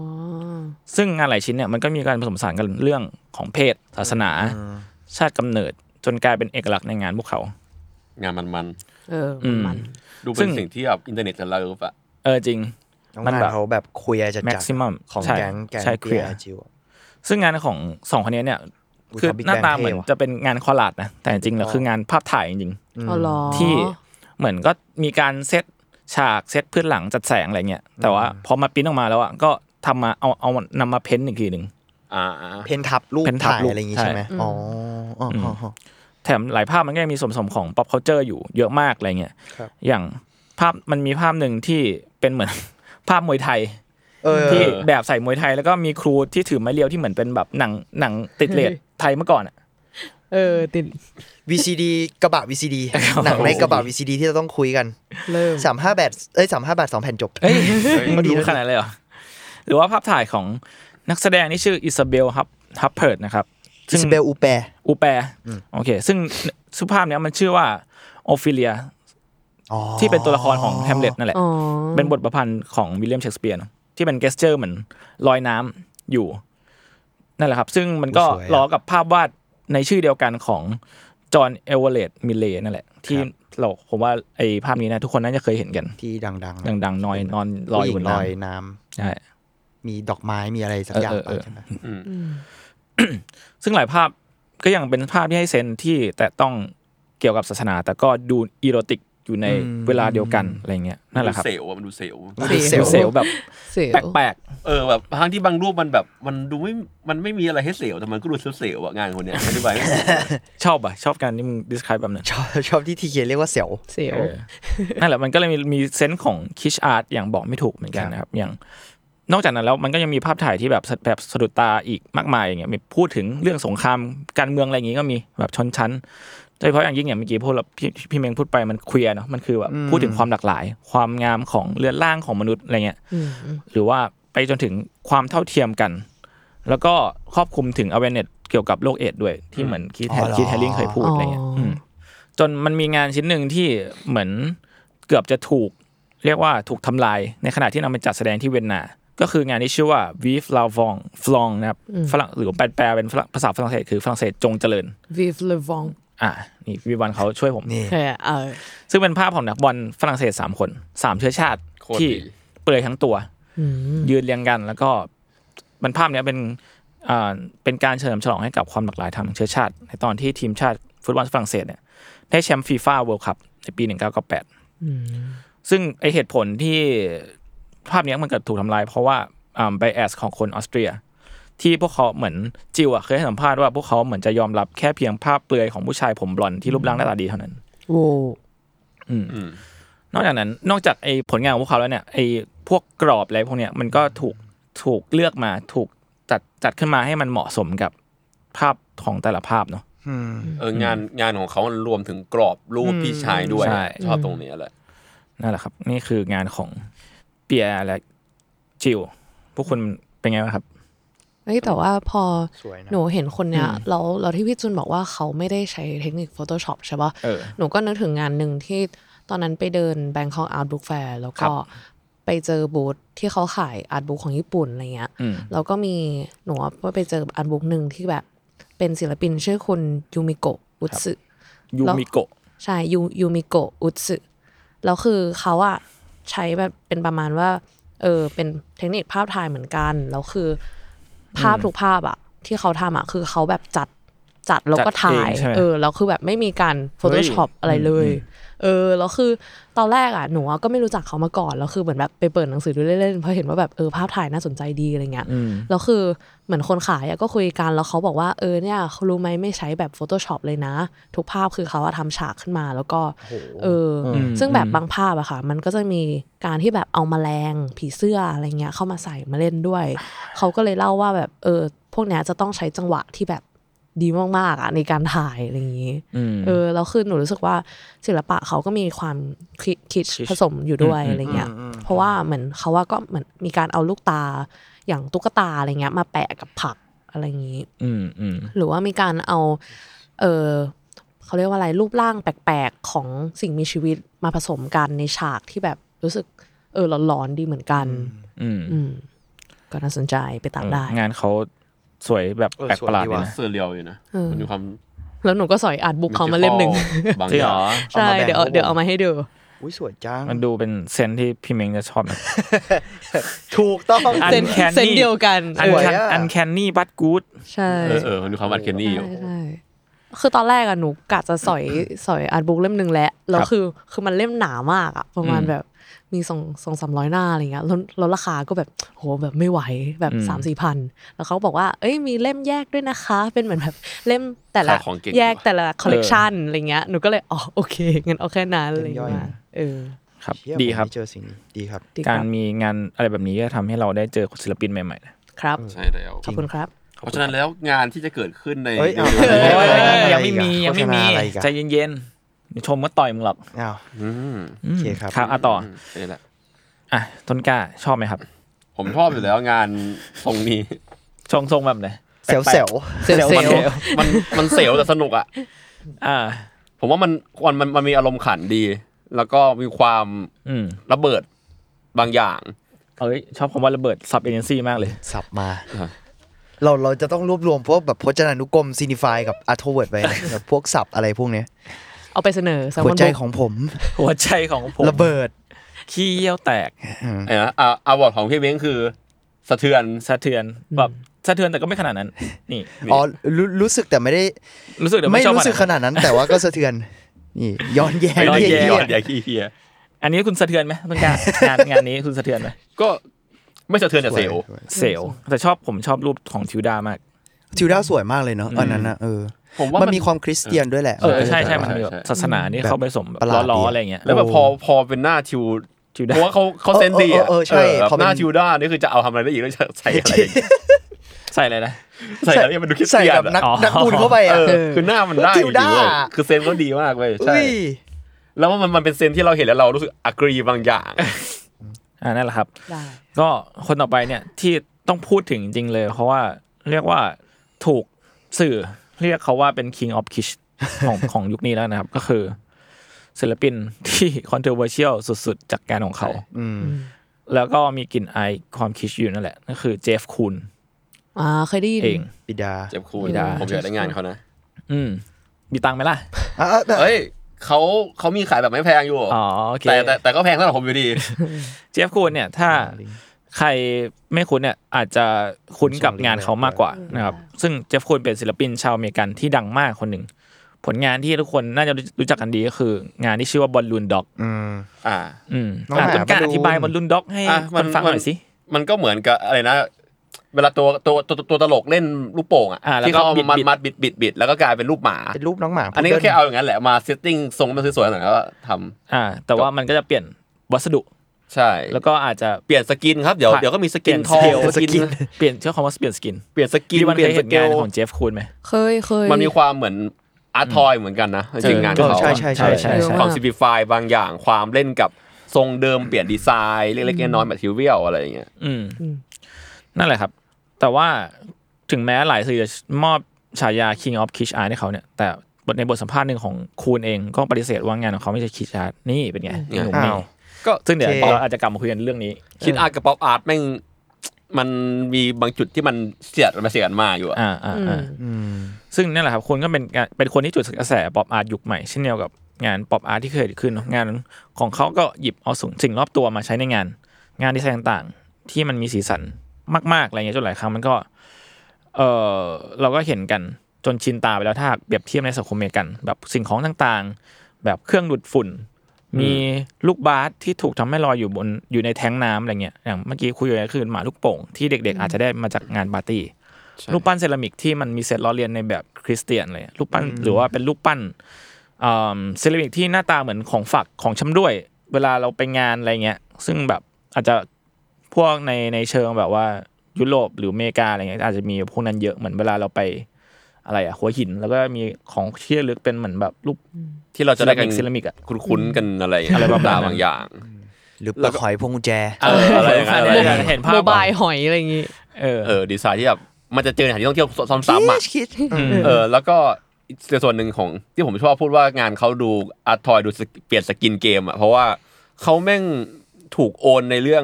ซึ่งงานหลายชิ้นเนี่ยมันก็มีการผสมผสานกันเรื่องของเพศ ศาสนา ชาติกำเนิด จนกลายเป็นเอกลักษณ์ในงานพวกเขา งานมัน เออ อืม มัน ๆ ดู ซึ่ เป็น ง สิ่งที่แบบอินเทอร์เน็ตจะเลิฟอะ เออจริง น้อง มัน งาน แบบ เขาแบบคุยอะไรจัดๆ maximum ของ ใช่ แก๊งแก๊ง ใช่เคลีย ร์ ร์ จิวอะ ซึ่งงานของสองคนนี้เนี่ย อุ๊ย คือ ทำ Big หน้า Bang ตาเหมือน เท่ว่ะ จะเป็นงานคอลลาดนะแต่จริงๆแล้วคืองานภาพถ่ายจริงๆ อ๋อเหรอ ที่เหมือนก็มีการเซตฉากเซตพื้นหลังจัดแสงอะไรเงี้ยแต่ว่าพอมาปริ้นออกมาแล้วอ่ะก็ทำมาเอาเอานำมาเพ้นท์อีกทีหนึ่ง อ่า เพนทับรูป เพนทับ ถ่าย รูป อะไรอย่างงี้ ใช่ ใช่ไหมอ๋ออ๋ออ๋ออ๋อ แถมหลายภาพมันก็ยังมีส่วนผสมของ pop culture อยู่เยอะมากอะไรเงี้ย ครับ อย่างภาพมันมีภาพหนึ่งที่เป็นเหมือน (laughs) ภาพมวยไทย เออ ที่แบบใส่มวยไทยแล้วก็มีครูที่ถือไม้เรียวที่เหมือนเป็นแบบหนังหนังติดเลทไทยเมื่อก่อนอ่ะ เออติด VCD กระบะ VCD หนังในกระบะ VCD ที่เราต้องคุยกัน เริ่ม สามห้าแบทเอ้ยสามห้าบาทสองแผ่นจบ เอ้ย เฮ้ย มันดูขนาดเลยเหรอ หรือว่าภาพถ่ายของนักแสดงที่ชื่ออิซาเบลฮับฮับเพิร์ดนะครับ อิ ซึ่ง ซาเบลอูแปร์ อูแปรโอเค ซึ่งสุภาพเนี้ยมันชื่อว่าโอฟิเลีย อ๋อ ที่เป็นตัวละครของแฮมเล็ตนั่นแหละ อ๋อ เป็นบทประพันธ์ของวิลเลียมเชกสเปียร์เนอะที่เป็นเกสเจอร์เหมือนลอยน้ำอยู่ นั่นแหละครับ ซึ่งมันก็ล้อกับภาพวาดในชื่อเดียวกันของจอห์นเอเวอเรตมิเลนั่นแหละ ที่เราผมว่าไอ้ภาพนี้นะทุกคนน่าจะเคยเห็นกัน ที่ดังๆ ดังๆนอยนอนลอยอผู้ห ยู่ ญิ บ ง น ล น้ อยน้ ำใช่ ำมีดอกไม้มีอะไรสักอย่าง เออเออ ใช่ไหม ซึ่งหลายภาพก็ยังเป็นภาพที่ให้เซนส์ที่แต่ต้องเกี่ยวกับศาสนา แต่ก็ดูอีโรติกอยู่ในเวลาเดียวกันอะไรเงี้ยนั่นแหละครับ เซลล์อะมันดูเซลล์ เซล เซล ล์ ล์แบบ เสียว แปลก เออแบบทั้งที่บางรูปมันแบบมันดูไม่ มันไม่มีอะไรให้เสียวแต่มันก็ดูเสียวๆอะงานคนเนี้ยอธิบายไม่ถูก ๆชอบอ่ะชอบการที่มึง describe แบบนั้น ชอบชอบที่ทีเคเรียกว่าเซลล์ เสียว นั่นแหละมันก็เลยมีมีเซนส์ของคิชอาร์ตอย่างบอกไม่ถูกเหมือนกันนะครับอย่างนอกจากนั้นแล้วมันก็ยังมีภาพถ่ายที่แบบสะแบบสะดุดตาอีกมากมายอย่างเงี้ยมีพูดถึงเรื่องสงครามการเมืองอะไรอย่างงี้ก็มีแบบชนชั้นโดยเฉพาะอย่างยิ่งอย่างเมื่อกี้พูดแล้วพี่พี่เมงพูดไปมันเคลียร์เนาะมันคือแบบพูดถึงความหลากหลาย ความงามของเรือนร่างของมนุษย์อะไรเงี้ย หรือว่าไปจนถึงความเท่าเทียมกัน แล้วก็ครอบคลุมถึง awareness เกี่ยวกับโรคเอดส์ด้วย ที่เหมือนคีท อ๋อเหรอ คีทแฮร์ริงเคยพูดอะไรเงี้ยอืมจนมันมีงานชิ้นหนึ่งที่เหมือนเกือบจะถูก เรียกว่าถูกทำลายในขณะที่นำไปจัดแสดงที่เวียนนา ก็คืองานที่ชื่อว่า Vive la v o n f l o n นะครับฝรั่งหรือแปลแปลเป็นฝรั่งภาษาฝรั่งเศสคือฝรั่งเศสจงเจริญ Vive le vent อ่ะนี่วิวันเขาช่วยผม นี่ แค่เออ ซึ่งเป็นภาพของนักบอลฝรั่งเศสสามคนสามเชื้อชาติที่เปลือยทั้งตัว ยืนเรียงกันแล้วก็มันภาพเนี้ยเป็นอ่าเป็นการเฉลิมฉลองให้กับความหลากหลายทางเชื้อชาติ ในตอนที่ทีมชาติฟุตบอลฝรั่งเศสเนี่ยได้แชมป์ฟีฟ่าเวิลด์คัพในปี 1998 ซึ่งไอเหตุผลที่ภาพเนี้ยมันเกิดถูกทำลายเพราะว่าไบแอสของคนออสเตรีย ที่พวกเขาเหมือนจิวอะเคยให้สัมภาษณ์ว่าพวกเขาเหมือนจะยอมรับแค่เพียงภาพเปลือยของผู้ชายผมบลอนด์ที่รูปร่างหน้าตาดีเท่านั้น โว้ นอกจากนั้นนอกจากไอผลงานของพวกเขาแล้วเนี่ยไอพวกกรอบอะไรพวกเนี้ยมันก็ถูกถูกเลือกมาถูกจัดจัดขึ้นมาให้มันเหมาะสมกับภาพของแต่ละภาพเนาะ เอองานงานของเขามันรวมถึงกรอบรูปพี่ชายด้วย ใช่ ชอบตรงเนี้ยแหละ นั่นแหละครับ นี่คืองานของเปียร์และจิวพวกคุณเป็นไงบ้างครับ เฮ้ยแต่ว่าพอ สวยนะ หนูเห็นคนเนี้ยแล้วแล้วที่พี่จุนบอกว่าเขาไม่ได้ใช้เทคนิค Photoshop ใช่ป่ะ เออ หนูก็นึกถึงงานหนึ่งที่ตอนนั้นไปเดิน Bangkok Art Book Fair แล้วก็ไปเจอบูธที่เขาขายอาร์ตบุ๊กของญี่ปุ่นอะไรเงี้ย อืม แล้วก็มีหนูว่าไปเจออาร์ตบุ๊กหนึ่งที่แบบเป็นศิลปินชื่อคุณยูมิโกะอุตสึ ยู แล้ว มิโกะ ใช่ยูยูมิโกะอุตสึแล้วคือเขาอะใช้แบบเป็นประมาณว่าเออเป็นเทคนิคภาพถ่ายเหมือนกันแล้วคือ ภาพทุกภาพอะที่เขาทำอะคือเขาแบบจัดจัดแล้วก็ถ่าย จัดเองใช่ไหม เออแล้วคือแบบไม่มีการ Photoshop เฮ้ย อะไรเลย อืม เออแล้วคือตอนแรกอะหนูอะก็ไม่รู้จักเขามาก่อนแล้วคือเหมือนแบบไปเปิดหนังสือดูเล่นๆเพราะเห็นว่าแบบเออภาพถ่ายน่าสนใจดีอะไรเงี้ย อืม แล้วคือเหมือนคนขายอะก็คุยกันแล้วเขาบอกว่าเออเนี่ยเขารู้ไหมไม่ใช้แบบ Photoshop เลยนะ ทุกภาพคือเขาอะทำฉากขึ้นมาแล้วก็เอออ ม ซึ่งแบบ อืม บางภาพอะค่ะ มันก็จะมีการที่แบบเอาแมลงผีเสื้ออะไรเงี้ยเข้ามาใส่มาเล่นด้วย เขาก็เลยเล่าว่าแบบเออ พวกเนี้ยจะต้องใช้จังหวะที่แบบดีมากๆอะในการถ่ายอะไรอย่างนี้ อืม เออแล้วคือหนูรู้สึกว่าศิลปะเขาก็มีความคิคิดผสมอยู่ด้วยอะไรเงี้ยเพราะว่าเหมือนเขาว่าก็เหมือนมีการเอาลูกตาอย่างตุ๊กตาอะไรเงี้ยมาแปะกับผักอะไรอย่างนี้ อืมอืม หรือว่ามีการเอาเออเขาเรียกว่าอะไรรูปร่างแปลกๆของสิ่งมีชีวิตมาผสมกันในฉากที่แบบรู้สึกเออหลอนๆดีเหมือนกัน อืม อืมก็น่าสนใจไปตามได้ งานเขาสวยแบบแปลกประหลาดดีเออสวยดีว่ะ นะ เสื้อเรียวอยู่นะ เออ มันมีความ แล้วหนูก็สอยอาร์ตบุ๊กเขามาเล่มหนึ่ง บาง จริง อ เหร ย่าง อ ใช่ เอามาแบ่ง เดี๋ยวให้ผเอาม เดี๋ยวเอามาให้ดู อุ้ยสวยจัง มันดูเป็นเซนส์ที่พี่เม้งจะชอบนะ ถูกต้อง อัน เซน Uncanny เซนเดียวกัน อั เอน อ สวย คัน อะ อันแคนนี่บัตกูด ใช่ เออเออมันมีความอัดเคนนี่อยู่ ใช่ใช่คือตอนแรกอะหนูกะจะสอยสอยอาร์ตบุ๊กเล่มหนึ่งแหละแล้ว ครับ คือคือมันเล่มหนามากอะประมาณ อืม แบบมีสองสองสามร้อยหน้าอะไรเงี้ยแล้วแล้วราคาก็แบบโหแบบไม่ไหวแบบ อืม สามสี่พันแล้วเขาบอกว่า เอ้ยมีเล่มแยกด้วยนะคะ เป็นเหมือนแบบเล่มแต่ละ ขายของเก่ง แยกแต่ละคอลเลกชันอะไรเงี้ยหนูก็เลยอ๋อโอเคงั้นเอาแค่นั้นอะไร เล่มย่อย เงี้ย นะ เออ ครับ เชี่ย ดีครับ ผมไม่เจอสิ่งนี้ดีครับ ดีค การ รับ มีงานอะไรแบบนี้ก็ทำให้เราได้เจอศิลปินใหม่ๆนะครับ ใช่แล้ว ขอบคุณครับ เพราะฉะนั้นแล้วงานที่จะเกิดขึ้นใน เฮ้ยเอา เดือนนี้ โย ยังไม่มียังอะไรอีกอะไม่มี โฆษณาอะไรอีกอะ ใจเย็นๆชมว่าต่อยมึงหรอก อ้าว อืม อืม โอเคครับ ครับอ่ะต่ออ นี่แหละ อ่ะต้นกล้าชอบไหมครับ ผมชอบอยู่แล้วงานทรงนี้ ชงทรงแบบไหน เซลเซล เซลเซล (laughs) มันมันเสียวแต่สนุกอ่ะ อ่า ผมว่ามันมันมันมันมีอารมณ์ขันดี แล้วก็มีความ อืม ระเบิดบางอย่าง เอ้ยชอบคำว่าระเบิดซับเอเจนซี่มากเลย (laughs) สับมา อ่ะ เราเราจะต้องรวบรวมพวกแบบพจนานุกรมซีนิฟายกับอาร์ทเวิร์ดไปนะแบบพวกสับอะไรพวกเนี้ย เอาไปเสนอแซลม หัว อน ใจ บุ๊ก ของผม หัวใจของผม ระเบิด ขี้เยี่ยวแตก ไอ้นะอ่าอาวอร์ดของพี่เม้งคือสะเทือน สะเทือนแบบสะเทือนแต่ก็ไม่ขนาดนั้น นี่ อ๋อรู้รู้สึกแต่ไม่ได้ รู้สึกเดี๋ยว ไม่ ไม่ชอบ รู้สึกข อะ นาดนั้น แต่ว่าก็สะเทือน นี่ย้อนแย้ง ย้อนแย้ง เหี้ ย ย อดใหญ่ขี้เพีย อันนี้คุณสะเทือนไหมต้นก (laughs) ล้างานงานนี้คุณสะเทือนไหม ก็ไม่สะเทือนแต่เสียว เซลแต่ชอบผมชอบรูปของทิวดามาก ๆทิวด้าสวยมากเลยเนาะอันนั้นนะเออ ผมว่า มัน มัน มีความคริสเตียนด้วยแหละ เออใช่ใช่ ใช่ มันมีแบบ ใช่ ศาสนานี่เข้าไปผสมแบบ ประหลาด ล้อๆดีอะ อะไรเงี้ย แล้วแบบพอพอเป็นหน้าทิว ทิวด้า ผมว่าเขาเขาเซนดีอ่ะ เออเออเออใช่ แบบ พอเป็น หน้าทิวด้านี่คือจะเอาทำอะไรได้อีกแล้วจะใส่อะไรอีก ใส่อะไรนะ ใส่อะไรที่มันดูคริส ใส่ เตียน กับนั อะ กนักบุญเข้าไปอ่ะ เออคือหน้ามันได้ ทิวด้า จริงๆเยคือเซนเขาดีมากเว้ยใช่ เฮ้ย แล้วมันมันเป็นเซนที่เราเห็นแล้วเรารู้สึกอักรีบางอย่าง อ่านั่นแหละครับ ก็คนต่อไปเนี่ยที่ต้องพูดถึงจริงๆเลย เพราะว่าเรียกว่าถูกสื่อเรียกเขาว่าเป็น king of (laughs) kitsch ของของยุคนี้แล้วนะครับ ก็คือศิลปินที่ controversial สุดๆ จากการของเขา อืม แล้วก็มีกลิ่นอายความคิชอยู่นั่นแหละก็คือเจฟคูน อ่าเคยได้ยิน เอง ปิดา เจ็บคูณ ไม่ได้ ผมอยากได้งานเขานะ อืมมีตังค์ไหมล่ะ อ่ะอ่ะอ่ะ เอ้ยเขาเขามีขายแบบไม่แพงอยู่ อ๋อโอเค แต่แต่แต่ก็แพงสำหรับผมอยู่ดี เจฟคูนเนี่ยถ้าใครไม่คุ้นเนี่ยอาจจะคุ้นกับงานเขามากกว่านะครับ ซึ่งเจฟคูนเป็นศิลปินชาวอเมริกันที่ดังมากคนหนึ่ง ผลงานที่ทุกคนน่าจะรู้จักกันดีก็คือ งานที่ชื่อว่าบอลลูนด็อก อืม อ่า อืม น้องห อ่ะ มา คุณกล้าร บออลลูน ธิบายบอลลูนด็อกให้ อ่ะ คนฟังหน่อยสิ มันก็เหมือนกับอะไรนะ เวลาตัวตัวตัวตัวตลกเล่นลูกโป่งอ่ะ อ่าแล้ว ที่เขาเอา ก็บิด มัด บิด มัดบิดบิดบิดแล้วก็กลายเป็นรูปหมา เป็นรูปน้องหมา อันนี้ก็แค่เอาอย่างนั้นแหละมาเซตติ้งทรงให้มันสวยๆหน่อยแล้วก็ท อ่า แต่ว่ามันก็จะเปลี่ยนวัสดุ ำใช่ แล้วก็อาจจะ เปลี่ยนสกินครับเดี๋ยว ค่ะ เดี๋ยวก็มีสกิน เปลี่ยน ทอง สเกลสสกิ กิน น เปลี่ยนเชื่อคำว่าเปลี่ยนสกิน เปลี่ยนสกิน พี่วัน เป เคยลี่ยนส เห็น เก งาน ล ของเจฟคูนไหม เคยเคย มันมีความเหมือนอาร์ทอยเหมือนกันนะจริงๆงาน เออ เขา ใช่ใช่ใช่ ใช่ ใช่ ใช่ ความซิิฟายบางอย่างความเล่นกับทรงเดิมเปลี่ยนดีไซน์เล็กๆน้อยๆแมทเทียลอะไรอย่างเงี้ย อืม อืม นั่นแหละครับ แต่ว่าถึงแม้หลายสื่อจะมอบฉายา King of Kish Art ให้เขาเนี่ย แต่บทในบทสัมภาษณ์หนึ่งของคูณเองก็ปฏิเสธว่างานของเขาไม่ใช่ Kish Art นี่เป็นไงหนุ่มนี่ อ้าว ก็ ซึ่งเดี๋ยว โอเค เราอาจจะกลับมาคุยกันเรื่องนี้ คิดอาร์ตกับป๊อปอาร์ตแม่งมันมีบางจุดที่มันเสียดมาเสียดมาอยู่อะ อ่าอ่า อื อ่าม อืม ซึ่งนั่นแหละครับคุณก็เป็นงานเป็นคนที่จุดกระแสป๊อปอาร์ตยุคใหม่เช่นเดียวกับงานป๊อปอาร์ตที่เคยขึ้นเนอะงานของเขาก็หยิบเอาสิ่งสิ่งรอบตัวมาใช้ในงาน งานดีไซน์ต่างๆ ที่มันมีสีสันมากๆอะไรเงี้ยจนหลายครั้งมันก็ เออเราก็เห็นกันจนชินตาไปแล้วถ้าหากเปรียบเทียบในสังคมอเมริกัน แบบสิ่งของต่างๆ แบบเครื่องดูดฝุ่น มีลูกบาสที่ถูกทำให้ลอยอยู่บนอยู่ในแท้งน้ำอะไรเงี้ยอย่างเมื่อกี้คุยกันก็คือหมาลูกโป่งที่เด็ก ๆ อาจจะได้มาจากงานปาร์ตี้ลูกปั้นเซรามิกที่มันมีเซตล้อเลียนในแบบคริสเตียนเลยลูกปั้นหรือว่าเป็นลูกปั้นเอ่อเซรามิกที่หน้าตาเหมือนของฝักของชำด้วย เวลาเราไปงานอะไรเงี้ย ซึ่งแบบอาจจะ พวกในในเชิงแบบว่ายุโรปหรืออเมริกาอะไรเงี้ยอาจจะมีพวกนั้นเยอะเหมือนเวลาเราไปอะไรอะหัวหิน แล้วก็มีของเชี่ยลึกเป็นเหมือนแบบรูป ที่เราจะได้กัน เซรามิกอะ คุ้นๆกันอะไร อะไรประมาณนั้น บางอย่าง หรือปลาหอยพวงกุญแจ เอออะไรอย่างเงี้ยอะไรอย่างเงี้ย เห็นภา โม พ บายหอยอะไรอย่างงี้ เออ เออดีไซน์ที่แบบมันจะเจอในสถานที่ท่องเที่ยวซ้ำๆอ่ะ คิด เออแล้วก็อีกส่วนหนึ่งของที่ผมชอบพูดว่างานเขาดูอาร์ตทอยดูสเปลี่ยนสกินเกมอ่ะเพราะว่าเขาแม่งถูกโอนในเรื่อง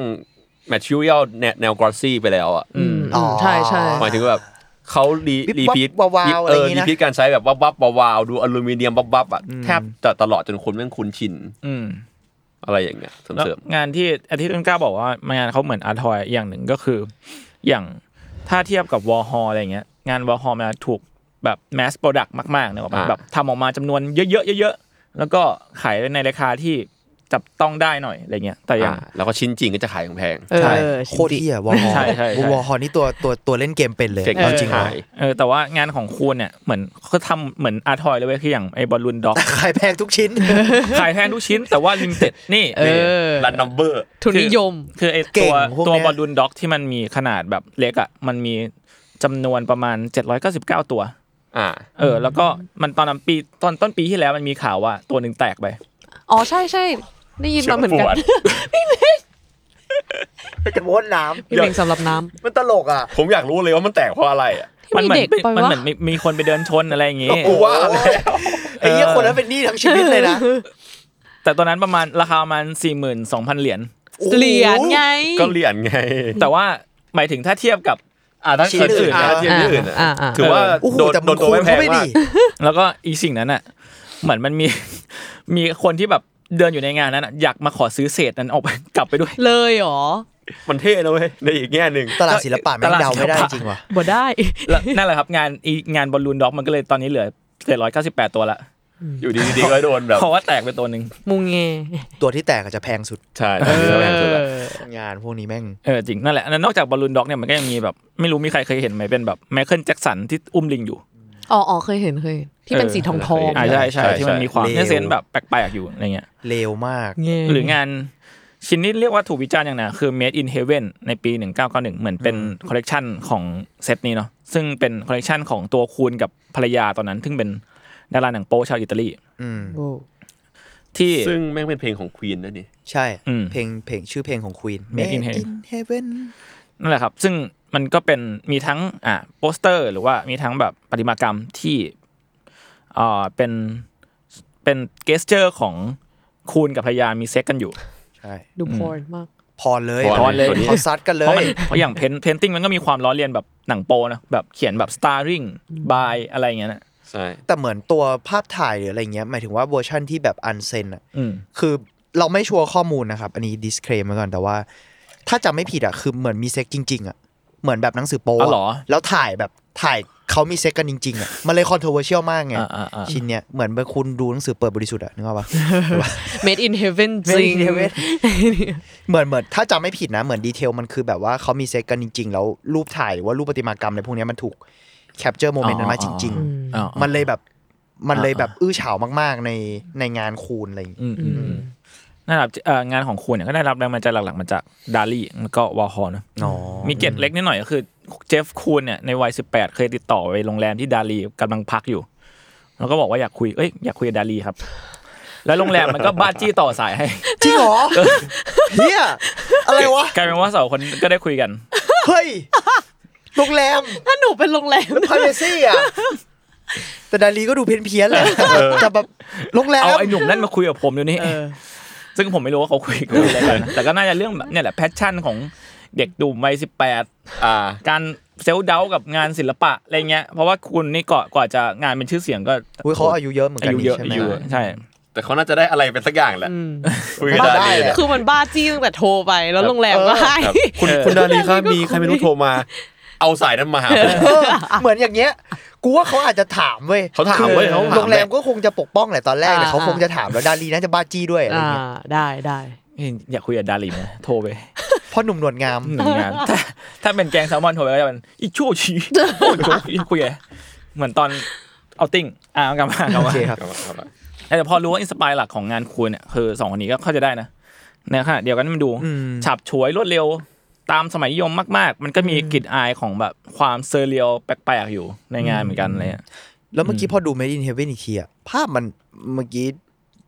แมทชิวเอลแนวกราซี่ไปแล้วอ่ะ อืมอืมใช่ใช่ หมายถึงแบบ เขารี วิบ รี วับ พีท วาวๆ เอ อะไรอ อย่าง งี้ รี นะ พีทการใช้แบบวับวับวาวๆดูอลูมิเนียมวับวับๆอ่ะแทบจะตลอดจนคนแม่งคุ้นชิน อืม อะไรอย่างเงี้ยเส แล้ว ริม งานที่อาทิตย์ต้นกล้าบอกว่างานเขาเหมือนอาร์ทอยอย่างหนึ่งก็คือ อย่างถ้าเทียบกับวอลฮอลอะไรเงี้ยงานวอลฮอลมันถูกแบบแมสโปรดักต์มากๆเนี่ยแบบแบบทำออกมาจำนวนเยอะๆเยอะๆแล้วก็ขายในราคาที่จับต้องได้หน่อยอะไรเงี้ยแต่ ๆ อย่า อ่าง แล้วก็ชิ้นจริงก็จะขายแพง เอ ใช่ อ โคตรเที่ยวอลฮอ ใช่ใช่ใช่ วอลฮอนี่ตัวตัวตัวเล่นเกมเป็นเลย ๆเก่ง เอาจริงเหรอ ขาย เออแต่ว่างานของคูณเนี่ยเหมือนเขาทำเหมือนอาร์ทอยเลยเว้ยคืออย่างไอ้บอลลูนด็อก ขายแพงทุกชิ้น ขายแพงทุกชิ้น แต่ว่าลิมิเต็ดนี่ เออ รันนัมเบอร์ ทุนนิยม คือไอ เก่ ตั ง ว พวกเนี้ย ตัวบอลลูนด็อกที่มันมีขนาดแบบเล็กอ่ะมันมีจำนวนประมาณ 799 ตัว อ่า เออ แล้วก็มันตอนนั้นปีตอนต้นปีที่แล้วมันมีข่าวว่าตัวหนึ่งแตกไป อ๋อใช่ใช่ได้ยินมาเหมือนกัเชื่นอว่าปวด จะโวนน้ พี่เมงสำหรับน้ ำมันตลกอ่ะ ผมอยากรู้เลยว่ามันแตกเพราะอะไรอ่ะ ำที่ มัเหมืมีเด็ก เป็น ไป มัน วะ เหมือนมีมีคนไปเดินชนอะไรอย่างงี้ กูว่าแล้ว ไอ้เหี้ยคนนั้นเป็นหนี้ทั้งชีวิตเลยนะ แต่ตอนนั้นประมาณราคาประมาณ42,000 เหรียญ เหรียญไง ก็เหรียญไง แต่ว่าหมายถึงถ้าเทียบกับ อ่าถ้า ชิ้น คน อื่ อื่ น นนะ อ่ะ ชิ้นอื่นอ่ะ อ่าอ่า ถือว่า โอ้โห โดน แต่ โด มัน น คู ตัว ณ ไม่แพ เขา ง ไม่ มา ดี ก แล้วก็อีสิ่งนั้นอ่ะ เหมือนมันมี มีคนที่แบบเดินอยู่ในงานนั้นอะอยากมาขอซื้อเศษนั้นออกไปกลับไปด้วย เลยเหรอ มันเท่นะเว้ยในอีกแง่หนึ่ง ตลาดศิลปะแม่ ต ง ลาด เดาไม่ได้ ศิลปะ จริงว่ะ บ่ได้ (laughs) แล้วนั่นแหละครับงานอีงานบอลลูนด็อกมันก็เลยตอนนี้เหลือ798 ตัวละ อยู่ดีๆก็โดนแบบ เพราะว่าแตกไปตัวหนึ่ง มุงเง ตัวที่แตกอาจจะแพงสุด ใช่อันนี้ก็แพงสุดละ งานพวกนี้แม่ง เออจริงนั่นแหละแล้วนอกจากบอลลูนด็อกเนี่ยมันก็ยังมีแบบไม่รู้มีใครเคยเห็นไหมเป็นแบบไมเคิลแจ็คสันที่อุ้มลิงอยู่ อ๋ออ๋อเคยเห็นเคยเห็นที่เป็นสีทองทอง อ่าใช่ใช่ ใช่ ที่มันมีความ เลว เนื้อเซนส์แบบแปลกๆอยู่อะไรเงี้ย เลวมาก เง หรืองานชิ้นนี้เรียกว่าถูกวิจารณ์อย่างหนาคือ Made in Heaven ในปี 1991 เหมือนเป็นคอลเลกชันของเซตนี้เนาะซึ่งเป็นคอลเลกชันของตัวคูณกับภรรยาตอนนั้น ซึ่งเป็นดาราหนังโป๊ชาวอิตาลี อืม โอ้ ที่ ซึ่งแม่งเป็นเพลงของควีนด้วยนี่ ใช่ อืม เพลงเพลงชื่อเพลงของ Queen Made in Heaven Heaven นั่นแหละครับ ซึ่งมันก็เป็นมีทั้งอ่ะโปสเตอร์ หรือว่ามีทั้งแบบประติมากรรมที่เอ่อเป็นเป็นเกสเจอร์ของคูณกับภรรยามีเซ็กกันอยู่ ใช่ ดูพอร์นมาก พอเลย พอเลย เขาซัดกันเล เพราะมั ย นเพราะอย่างเพนเพนติ้งมันก็มีความล้อเลียนแบบหนังโปนะแบบเขียนแบบ starring by อะไรอย่างเงี้ยนะ ใช่ แต่เหมือนตัวภาพถ่ายหรืออะไรเงี้ยหมายถึงว่าเวอร์ชั่นที่แบบอันเซนอ่ะ อืม คือเราไม่ชัวร์ข้อมูลนะครับ อันนี้ disclaim ไว้ก่อนแต่ว่า ถ้าจำไม่ผิดอ่ะคือเหมือนมีเซ็กจริง ๆอ่ะเหมือนแบบหนังสือโป๊ะ อ๋อเหรอ แล้วถ่ายแบบถ่ายเขามีเซ็กกันจริงๆอ่ะมันเลย controversial มากไง อ่าอ่าอ่า ชิ้นเนี้ยเหมือนเมื่อคุณดูหนังสือเปิดบริสุทธิ์อ่ะนึกออกปะ Made in Heaven จ Made ริง in Heaven เหมือนเหมือนถ้าจำไม่ผิดนะเหมือนดีเทลมันคือแบบว่าเขามีเซ็กกันจริง ๆ แล้วรูปถ่ายหรือว่ารูปประติมากรรมอะไรพวกเนี้ยมันถูก capture moment นั้นมาจริง อ๋อ ๆ มันเลยแบบมันเลยแบบอื้อฉาวมากๆในในงานคูณอะไรอย่างงี้ อืมอืมอืมนั่นแหละครับเอ่องานของคูณเนี่ยก็ได้รับแรงบันดาลใจหลักๆมาจากดาลี่แล้วก็วอลฮอลนะ อ๋อ มีเกร็ดเล็กนิดหน่อยก็คือเจฟคูนเนี่ยในวัย 18 เคยติดต่อไปโรงแรมที่ดาลีกำลังพักอยู่ แล้วก็บอกว่าอยากคุยเอ้ยอยากคุยกับดาลีครับ แล้วโรงแรมมันก็บ้าจี้ต่อสายให้ (laughs) จริงเหรอเฮียอะไรวะ กลายเป็นว่าสองคนก็ได้คุยกัน เฮ้ย โรงแรม (laughs) ถ้าหนูเป็นโรงแรม (laughs) พาเลซี่อ่ะ แต่ดาลีก็ดูเพี้ยนเพี้ยนๆแหละแต่แบบโรงแรม เอาไอ้หนุ่มนั่นมาคุยกับผมเดี๋ยวนี้ซึ่งผมไม่รู้ว่าเขาคุยกันอะไรกันนะแต่ก็น่าจะเรื่องแบบเนี่ยแหละแพชชั่นของเด็กดุ่มวัย 18 อ่า การเซลล์เดากับงานศิลปะอะไรเงี้ยเพราะว่าคุณนี่ก่อนกว่าจะงานเป็นชื่อเสียงก็ อุ้ยเขาอายุเยอะเหมือน อา กัน ยุ นี่ เยอะ ใช่ไห อาม ยุใช่ แต่เขาน่าจะได้อะไรเป็นสักอย่างแหละคุยกับ น่า ดา ได้ ลี แหละ คือมันบ้าจี้ตั้งแต่โทรไป แล้วโรงแรมก็ให้ ครับคุณ เออ คุณดาลีครับมีใครไม่รู้โทรมา เอาสายนั้นมาหาผม เออเหมือนอย่างเงี้ย กูว่าเขาอาจจะถามเว้ย เขาถามเว้ยเขาถาม โรงแรมก็คงจะปกป้องแหละตอนแรกแต่ อ่า เขาคงจะถามแล้วดาลีน่าจะบ้าจี้ด้วยอะไร อ่า เงี้ย ได้ได้ เฮ้ยอยากคุยกับดาลีไหมโทรไป เพ่อหนุ่มหนวดงาม หนึ่งงาน (laughs) ถ้าถ้าเป็นแกงแซลมอนโทรไปก็จะเป็นอีชั่วชี (laughs) โอ้ยโอ้ยคุยไงเหมือนตอนเอาติ้งอ่ะเอาก (laughs) ลับมากลับ โอ มา เคครับ แต่พอรู้ว่าอินสปายหลักของงานคูณเนี่ยคือสองคนนี้ก็เข้าใจได้นะในขณะเดียวกันมันดูฉับฉวยรวดเร็วตามสมัยนิยมมาก ๆ มันก็มีกลิ่นอายของแบบความเซอร์เรียลแปลกๆอยู่ในงานเหมือนกันอะไรเลย แล้วเมื่อกี้พอดู Made in Heaven อีกทีอะภาพมันเมื่อกี้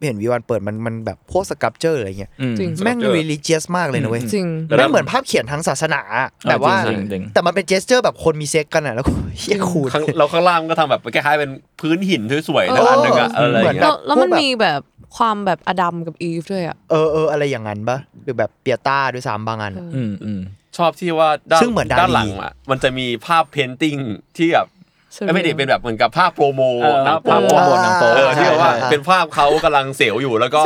เห็นวิวันเปิดมันมันแบบพวกสกับเจอร์อะไรเงี้ย อืม จริง แม่ง religious มากเลยนะเว้ย จริง ไม่เหมือนภาพเขียนทางศาสนาอะ เออ แบบว่า จริงจริงจริง แต่มันเป็นเจสเจอร์แบบคนมีเซ็กกันอ่ะ แล้วก็เฮียคู (laughs) ณ ข้างเราข้างล่างก็ทำแบบคล้ายๆเป็นพื้นหินสวยๆนะ เอออั อันหนึงอะอะไรอ เหมื ย่า อนแบงบเงี้ย แล้วแล้วมันมีแบบ ความแบบอดัมกับอีฟด้วยอ่ะ เออเอออะไรอย่างนั้นปะหรือแบบเปียต้าด้วยซ้ำบางอัน เออ อืมอืม ชอบที่ว่าด้าน ซึ่งเหมือนดาลี ด้านหลังอ่ะมันจะมีภาพเพนติ้งที่แบบ surreal ไม่ได้เป็นแบบเหมือนกับภาพโปรโม เออ หนัง ภาพโปาพ โป โป ร ร โมทหอ่าโมนังโป๊ เออที่แบบว่า ใช่ เป็นภาพเขากำลังเสียวอยู่แล้วก็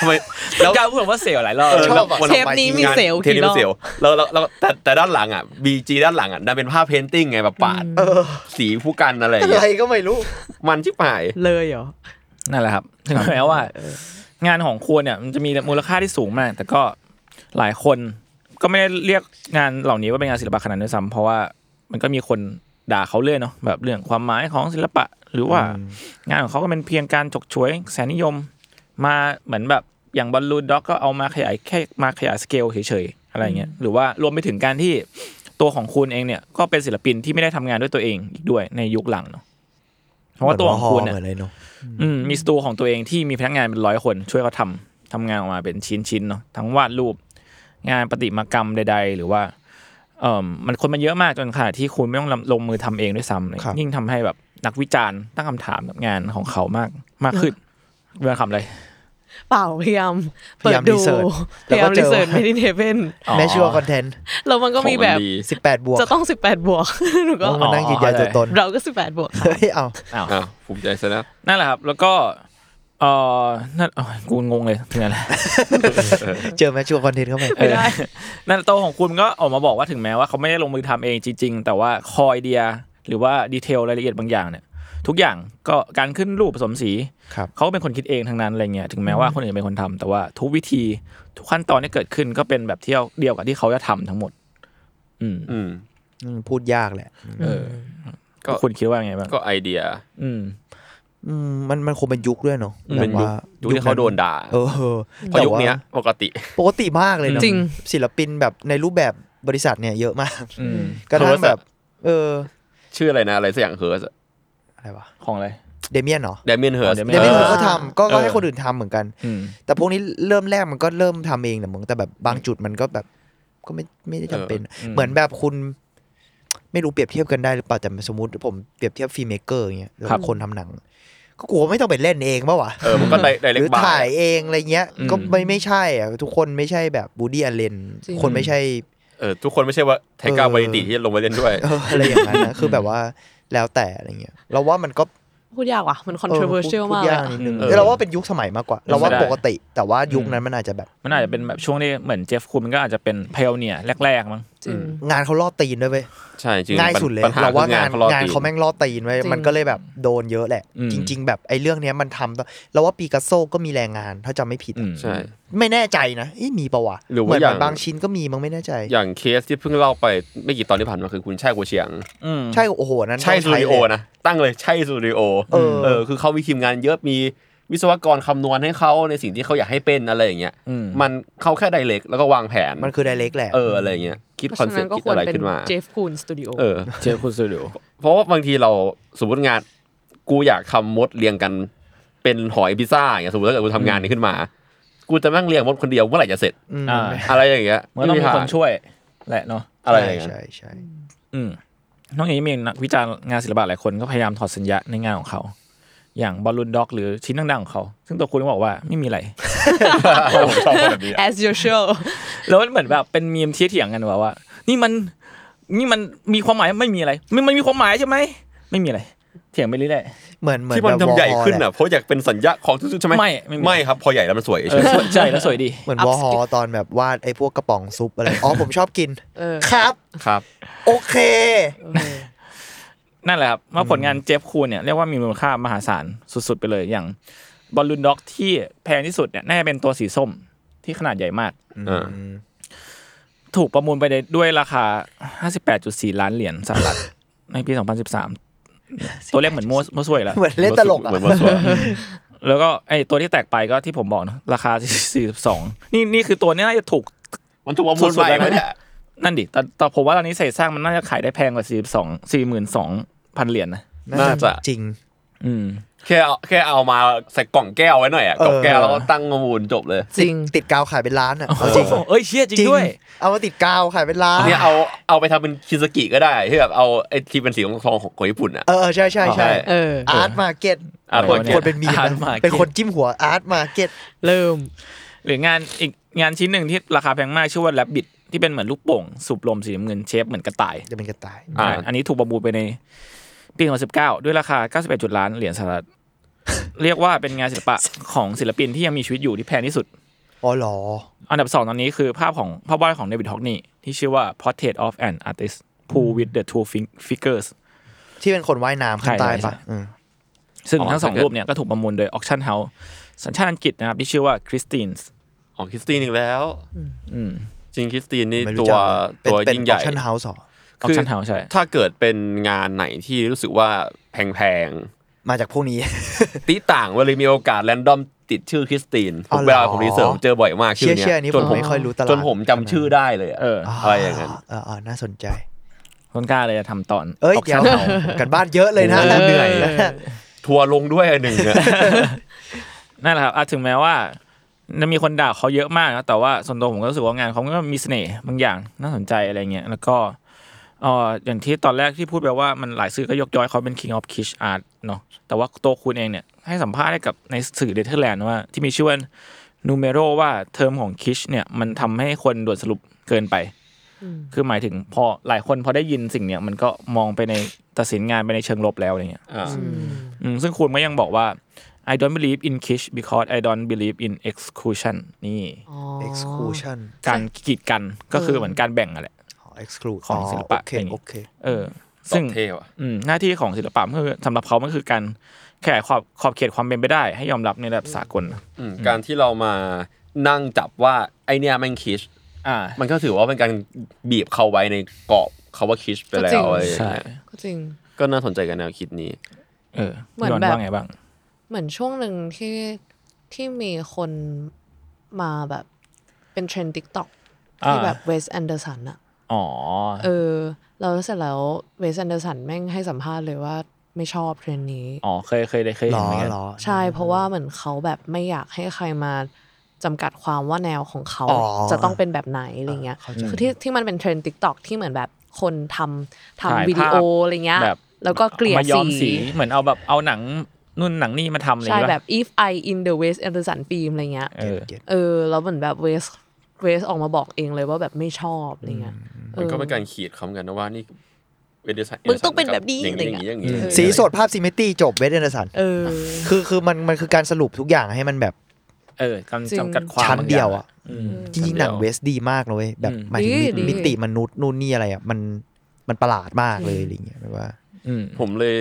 ทำไมแล้ว กล้าพูดว่าเซลล์หลายรอบ เออ ชอบอะ แล้ว เทปนี้มีเซลล์ เทปนี้ กี่ร มี อบ เซลล์แล้วแล้วแล้วแต่แต่ด้านหลังอ่ะบีจีด้านหลังอ่ะดันเป็นภาพเพนติ้งไงแบบปาด เออ สีผู้กันอะไรอย่าอะงเงี้ ไร ย ก็ไม่รู้ มันชิบหาย เลยเหรอ นั่นแหละครับถึงแม้ว่า งานของครัวเนี่ยมันจะมีมูลค่าที่สูงมาก แต่ก็หลายคนก็ไม่ได้เรียกงานเหล่านี้ว่าเป็นงานศิลปะขนาดนั้นด้วยซ้ำเพราะว่ามันก็มีคนด่าเขาเรื่อยเนาะแบบเรื่องความหมายของศิลปะ หรือว่างานของเขาก็เป็นเพียงการฉกฉวยแสนนิยม มาเหมือนแบบอย่างบอลลูนด็อกก็เอามาขยายแค่มาขยายสเกลเฉยๆอะไรเงี้ยหรือว่ารวมไปถึงการที่ตัวของคุณเองเนี่ยก็เป็นศิลปินที่ไม่ได้ทำงานด้วยตัวเองอีกด้วยในยุคหลังเนาะเพราะว่าตัวของคุณเนี่ย เหมือนเลยเนาะ อืมมีสตูของตัวเองที่มีพนักงานเป็นร้อยคน ช่วยเขาทำทำงานออกมาเป็นชิ้นๆเนาะทั้งวาดรูป งานประติมากรรมใด ๆ หรือว่าเอ่มมันคนมันเยอะมากจนขนาดที่คุณไม่ต้องลำลงมือทำเองด้วยซ้ำเลยยิ่งทำให้แบบนักวิจารณ์ตั้งคำถามกับงานของเขามากมากขึ้นเวลาทำอะไร เปล่าพยายามเปิดดูพ พยาายายยาม ม รี รี เสิ เสิ ร์ ร์ ช ชไม่ได้เทเว่น แมชัวคอนเทนต์ แล้วมันก็มีแบบ ของมันดี สิบแปดบวก จะต้อง 18 บวก หนูก็ ต้องมานั่งยืนยันตัวตน เราก็ 18 บวกค่ะ เฮ้ยเอา อ้าว อ่ะภูมิใจซะนะ นั่นแหละครับ แล้วก็เออนั่นโอ้ยกูงงเลยถึงอะไร เจอแมชัวคอนเทนต์เข้าไป ไม่ได้ นั่นโตะของคุณก็ออกมาบอกว่าถึงแม้ว่าเขาไม่ได้ลงมือทำเองจริงๆ แต่ว่าคอยเดียหรือว่าดีเทลรายละเอียดบางอย่างเนี่ย ทุกอย่างก็การขึ้นรูปผสมสี ครับ เขาเป็นคนคิดเองทั้งนั้นอะไรเงี้ยถึงแม้ว่าคนอื่นเป็นคนทำแต่ว่าทุกวิธีทุกขั้นตอนที่เกิดขึ้นก็เป็นแบบเที่ยวเดียวกับที่เขาจะทำทั้งหมด อืม อืม อืมพูดยากแหละ เออ ก็ คุณคิดว่าไงบ้าง ก็ไอเดีย อืม อืมมันมันคงเป็นยุคด้วยเนาะ อืม แบบว่า ยุคที่เขาโดนด่า เออ เพราะยุคเนี้ยปกติ ปกติมากเลยเนอะ จริง ศิลปินแบบในรูปแบบบริษัทเนี่ยเยอะมาก อืม กระทั่งแบบ Hearst เออ ชื่ออะไรนะ อะไรสักอย่างเฮิร์ส อะไรวะ ของอะไร เดเมียนเหรอ เดมิเอนเฮิร์อ๋อสเดเมียน เออ เขาก็ทำก็ก็ให้ เออ คนอื่นทำเหมือนกัน อืม แต่พวกนี้เริ่มแรกมันก็เริ่มทำเองแต่มึงแต่แบบบางจุดมันก็แบบ ก็ไม่ไม่ได้จำเป็น อืม เหมือนแบบคุณ ไม่รู้เปรียบเทียบกันได้หรือเปล่าแต่สมมติผมเปรียบเทียบฟิล์มเมกเกอร์อย่างเงี้ยหรือว่าคนทำหนัง ก็กลัวไม่ต้องไปเล่นเองปะวะ เออมันก็ได ห เรก รือ บ้า ถ่ายเองอะไรเงี้ย อืม ก็ไม่ไม่ใช่อ่ะทุกคนไม่ใช่แบบบูดี้อเลน จริง คนไม่ใช่ เออทุกคนไม่ใช่ว่าไทก้าบริติที่จะลงไปเล่นด้วย เอออะไรอย่างนั้นนะคือแบบว่าแล้วแต่อะไรเงี้ยเราว่ามันก็ พูดยากว่ะ มัน เออพูด controversial มาก พูด เลย ยาก อะ นิดนึง เออ เราว่าเป็นยุคสมัยมากกว่า เราว่า เป็นไปได้ ปกติ แต่ว่ายุคนั้นมันอาจจะแบบ มันอาจจะเป็นแบบช่วงที่เหมือนเจฟคุณมันก็อาจจะเป็นพเนียแรกๆมั้ง จริง งานเขาล่อตีนด้วยเว้ย ใช่จริง ง่ายสุดเลย ปัญหา เรา คืองางว่าาน น เขาลอก งาน ตีน เขาแม่งล่อตีนไว้ย จริง มันก็เลยแบบโดนเยอะแหละ อืม จริง ๆ แบบไอ้เรื่องเนี้ยมันทำตอนเราว่าปีกัสโซก็มีแรงงานถ้าจำไม่ผิด อืม ใช่ ไม่แน่ใจนะเอ๊ะมีปะวะ หรือเหว่ามือน อย่าง บางชิ้นก็มีมั้งไม่แน่ใจ อย่างเคสที่เพิ่งเล่าไปไม่กี่ตอนที่ผ่านมาคือคุณช่ายกัวเฉียง อืม ใช่โอ้โหนั้น ใช่สตูดิโอนะตั้งเลยใช่สตูดิโอ เออ เออคือเขามีทีมงานเยอะมีวิศวกรคำนวณให้เขาในสิ่งที่เขาอยากให้เป็นอะไรอย่างเงี้ย อืม มันเขาแค่ไดเรกแล้วก็วางแผน มันคือไดเรกแหละ เอออะไรอย่างเงี้ยคิด เพ คอ ราะ น ฉะ เซ็ปนั้น ต์ ก็ คิด ควร อะไร เป็น ขึ้นมา เจฟคูนสตูดิโอ เออ เจฟคุณสตูดิโอ เพราะว่าบางทีเราสมมติงานกูอยากทำมดเรียงกันเป็นหอยพิซซ่าอย่างเงี้ยสมมติถ้าเกิดกูทำงานนี้ขึ้นมา กูจะนั่งเรียงมดคนเดียวเมื่อไหร่จะเสร็จ อืม อ่า อะไรอย่างเงี้ย มันก็ต้องมีคน ไทาง ช่วยแหละเนาะ อะไรอย่างเงี้ย ใช่ใช่ อืมนอกจากนี้มีนักวิจารณ์งานศิลปะหลายคนก็พยายามถอดสัญญาในงานของเขา อย่างบอลลูนด็อก หรือชิ้นดังๆของเขา ซึ่งตัวคุณก็บอกว่าไม่มีอะไร ผมชอบคนแบบนี้ as usual แล้วมันเหมือนแบบเป็นมีมที่เถียงกันว่าว่า นี่มันนี่มันมีความหมายไม่มีอะไร มันมันมีความหมายใช่ไหมไม่มีอะไร เถียงไปเรื่อย เหมือนเหมือน ที่มัน แบบ ทำใหญ่ วอล ขึ้น แหละ อ่ะเพราะอยากเป็นสัญญาของทุกๆใช่ไหม ไม่ไม่มี ไม่ครับพอใหญ่แล้วมันสวย ๆเอ เฉ อย สวยใช่แล้วสวย (laughs) ดี เหมือนวอฮอตอนแบบวาดไอ้พวกกระป๋องซุปอะไรอ๋อผมชอบกิน เออ ครับ ครับ โอเค นั่นแหละครับว่าผลงานเจฟคูนเนี่ยเรียกว่ามีมูลค่ามหาศาลสุดๆไปเลยอย่างบอลลูนด็อกที่แพงที่สุดเนี่ยน่าจะเป็นตัวสีส้มที่ขนาดใหญ่มาก เออ ถูกประมูลไปในด้วยราคา 58.4 ล้านเหรียญสหรัฐ (laughs) ในปี (laughs) 2013 ตัวเลขเหมือนมั่วมั่วสวยแล้ว เหมือนเล่นตลกอ่ะ เหมือนมันสวย แล้วก็ไอตัวที่แตกไปก็ที่ผมบอกเนอะราคา 42 นี่นี่คือตัวเนี้ยน่าจะถูก (laughs) มันถูกประมูล สุดๆ ไป เลยนะ ไหมเนี่ย นั่นดิแต่แต่ผมว่าตอนนี้เศษสร้างมันน่าจะขายได้แพงกว่า 42 42,000 เหรียญนะ น่าจะ จริง อืม แค่เอาแค่เอามาใส่กล่องแก้วไว้หน่อยอะกล่องแก้วแล้วก็ตั้งมามูลจบเลย จริง ติดกาวขายเป็นล้านอ่ะ โอ้โห เอาจริง เอ้ยเชี่ยจริงด้วย เอามาติดกาวขายเป็นล้าน เนี่ยเอาเอาไปทำเป็นคินสกิก็ได้ที่แบบเอาไอ้ที่เป็นสีทองๆของของญี่ปุ่นอ่ะ เออเออใช่ใช่ใช่ ใช่ เออ อาร์ตมาเก็ต อ่ะ เออ พวก ย คนเป็นมีม อาร์ต นะ market เป็นคนจิ้มหัวอาร์ตมาเก็ต เริ่ม หรืองานอีกงานชิ้นหนึ่งที่ราคาแพงมากชื่อว่าแรบบิ t ที่เป็นเหมือนลูกโป่งสูบลมสีน้ำเงินเชฟเหมือนกระต่าย จะเป็นกระต่าย อ่า อันนี้ถูกประมูลไปในปี 2019 ด้วยราคา 91จุดล้านเหรียญสหรัฐ (laughs) เรียกว่าเป็นงานศิลปะของศิลปินที่ยังมีชีวิตอยู่ที่แพงที่สุด อ๋อเหรอ อันดับสองตอนนี้คือภาพของภาพวาดของเดวิดฮอกนี่ที่ชื่อว่า Portrait of an Artist Who with the Two Fing- Figures ที่เป็นคนว่ายน้ำข้างใต้ ใช่ใช่ ปะ ใช่ อืม ซึ่ง อ๋อ ทั้งสอง ถ้าเกิด รูปเนี่ยก็ถูกประมูลโดย Auction House สัญชาติอังกฤษนะครับที่ชื่อว่า Christines ของคริสตินอีกแล้ว อืม จริงคริสตินนี่ ไม่ ตั รู้ ว จัก ตัว เป็น ยิ่งใหญ่ เป็น auction house เหันเฮาส์ คือ Auction House ใช่ ถ้าเกิดเป็นงานไหนที่รู้สึกว่าแพง มาจากพวกนี้ ๆตีต่างเวลยมีโอกาสแรนดอมติดชื่อคริสติน อ๋อเหรอ เวลาผมรีเสิร์ชผมเจอบ่อยมากชื่ เชี่เชี่ยอย เนี้ย อันนี้ จ ผ น ม ผม ไม่ค่อยรู้ตลาด จนผมจำชื่อได้เลยอะ เออ อะไรอย่างนั้น เออเออน่าสนใจ คนกล้าเลยจะทำตอน เอ้ย Auction เดี๋ยว House กันบ้านเยอะเลยนะ เออเหนื่อย นะ ทัวร์ลงด้วยอันหนึ่งอะ นั่นแหละครับอ่ะถึงแม้ว่าจะมีคนด่าเขาเยอะมากนะแต่ว่าส่วนตัวผมก็รู้สึกว่างานเขาก็มีเสน่ห์บางอย่างน่าสนใจอะไรเงี้ย แล้วก็เอ่ออย่างที่ตอนแรกที่พูดไปว่ามันหลายสื่อก็ยกย้อยเขาเป็น king of kitsch art เนาะ แต่ว่าตัวคุณเองเนี่ยให้สัมภาษณ์ให้กับในสื่อเดเทอร์แลนด์ว่า ที่มีชื่อว่านูเมโรว่าเทอมของ kitsch เนี่ยมันทำให้คนด่วนสรุปเกินไป คือหมายถึงพอหลายคนพอได้ยินสิ่งเนี่ยมันก็มองไปในตัดสินงานไปในเชิงลบแล้วอะไรเงี้ย อืมซึ่งคุณก็ยังบอกว่า I don't believe in kish because I don't believe in exclusion นี่ เอ็กซ์คลูชัน การกีดกันก็คือเหมือนการแบ่งอะแหละ เอ็กซ์คลู ของศิลปะ โอเค อย่างนี้ โอเค เออ ต ซึ่ อง บเท่ว่ะ อืมหน้าที่ของศิลปะก็คือสำหรับเขามันคือการขยายขอบขอบเขตความเป็นไปได้ ให้ยอมรับในระดับสากล อืมการที่เรามานั่งจับว่าไอเนี่ยแม่งคิช อ่า มันก็ถือว่าเป็นการบีบเข้าไว้ในกรอบเขาว่าคิชไปแล้ ก็จริ ว ง อะไรอย่าง ใช่ เงี้ย ก็จริง ก็น่าสนใจกับแนวคิดนี้ เออ เหมือน ย้อน แบบ ว่าไงบ้าง เหมือนช่วงหนึ่งที่ที่มีคนมาแบบเป็นเทรนด์ทิกตอกที่ อ่า แบบเวสแอนเดอร์สันอะ อ๋อ เออเราเสร็จแล้วเวสแอนเดอร์สันแม่งให้สัมภาษณ์เลยว่าไม่ชอบเทรนด์นี้ อ๋อเคยเคยได้เคย หร เห็น อ เหมือนกัน หรอ ใช่เพราะว่าเหมือนเขาแบบไม่อยากให้ใครมาจำกัดความว่าแนวของเขา อ๋อ จะต้องเป็นแบบไหนอะไรเงี้ย เข้าใจ คือที่ที่มันเป็นเทรนด์ทิกตอกที่เหมือนแบบคนทำทำ ถ่าย วิดีโอ ภาพ อะไรเงี้ย แบบ แล้วก็เกลี่ย มาย้อม สี สีเหมือนเอาแบบเอาหนังนู่นหนังนี่มาทำอะไรอ ใช่ ย่างเงี้ย แบ ป่ะ บ if I in the West Anderson film อะไรเงี้ย เออ เออแล้วเหมือนแบบเวสเวสออกมาบอกเองเลยว่าแบบไม่ชอบอะไรเงี้ยเอ มัน อ ก็เป็นการขีดคำกันนะว่านี่เป็นดีไซน์ มึงต้องเป็นแบบนี้ อย่างนี้อย่างนี้อย่างนี้ อะไรเงี้ย สีสดภาพซิมเมตรีจบเวสเดนสัน เออ คือคือมันมันคือการสรุปทุกอย่างให้มันแบบ เออกำ จริง จำกัดความ ชั้น บาง เดียว าง อ่ะ อืม จริงๆหนังเวสดีมากเลยเว้ยแบบ อืม หมายถึงมิ ดีดี มิติมนุษย์นู่นนี่อะไรอ่ะมันมันประหลาดมากเลยอะไรเงี้ยแบบว่า อืม ผมเลย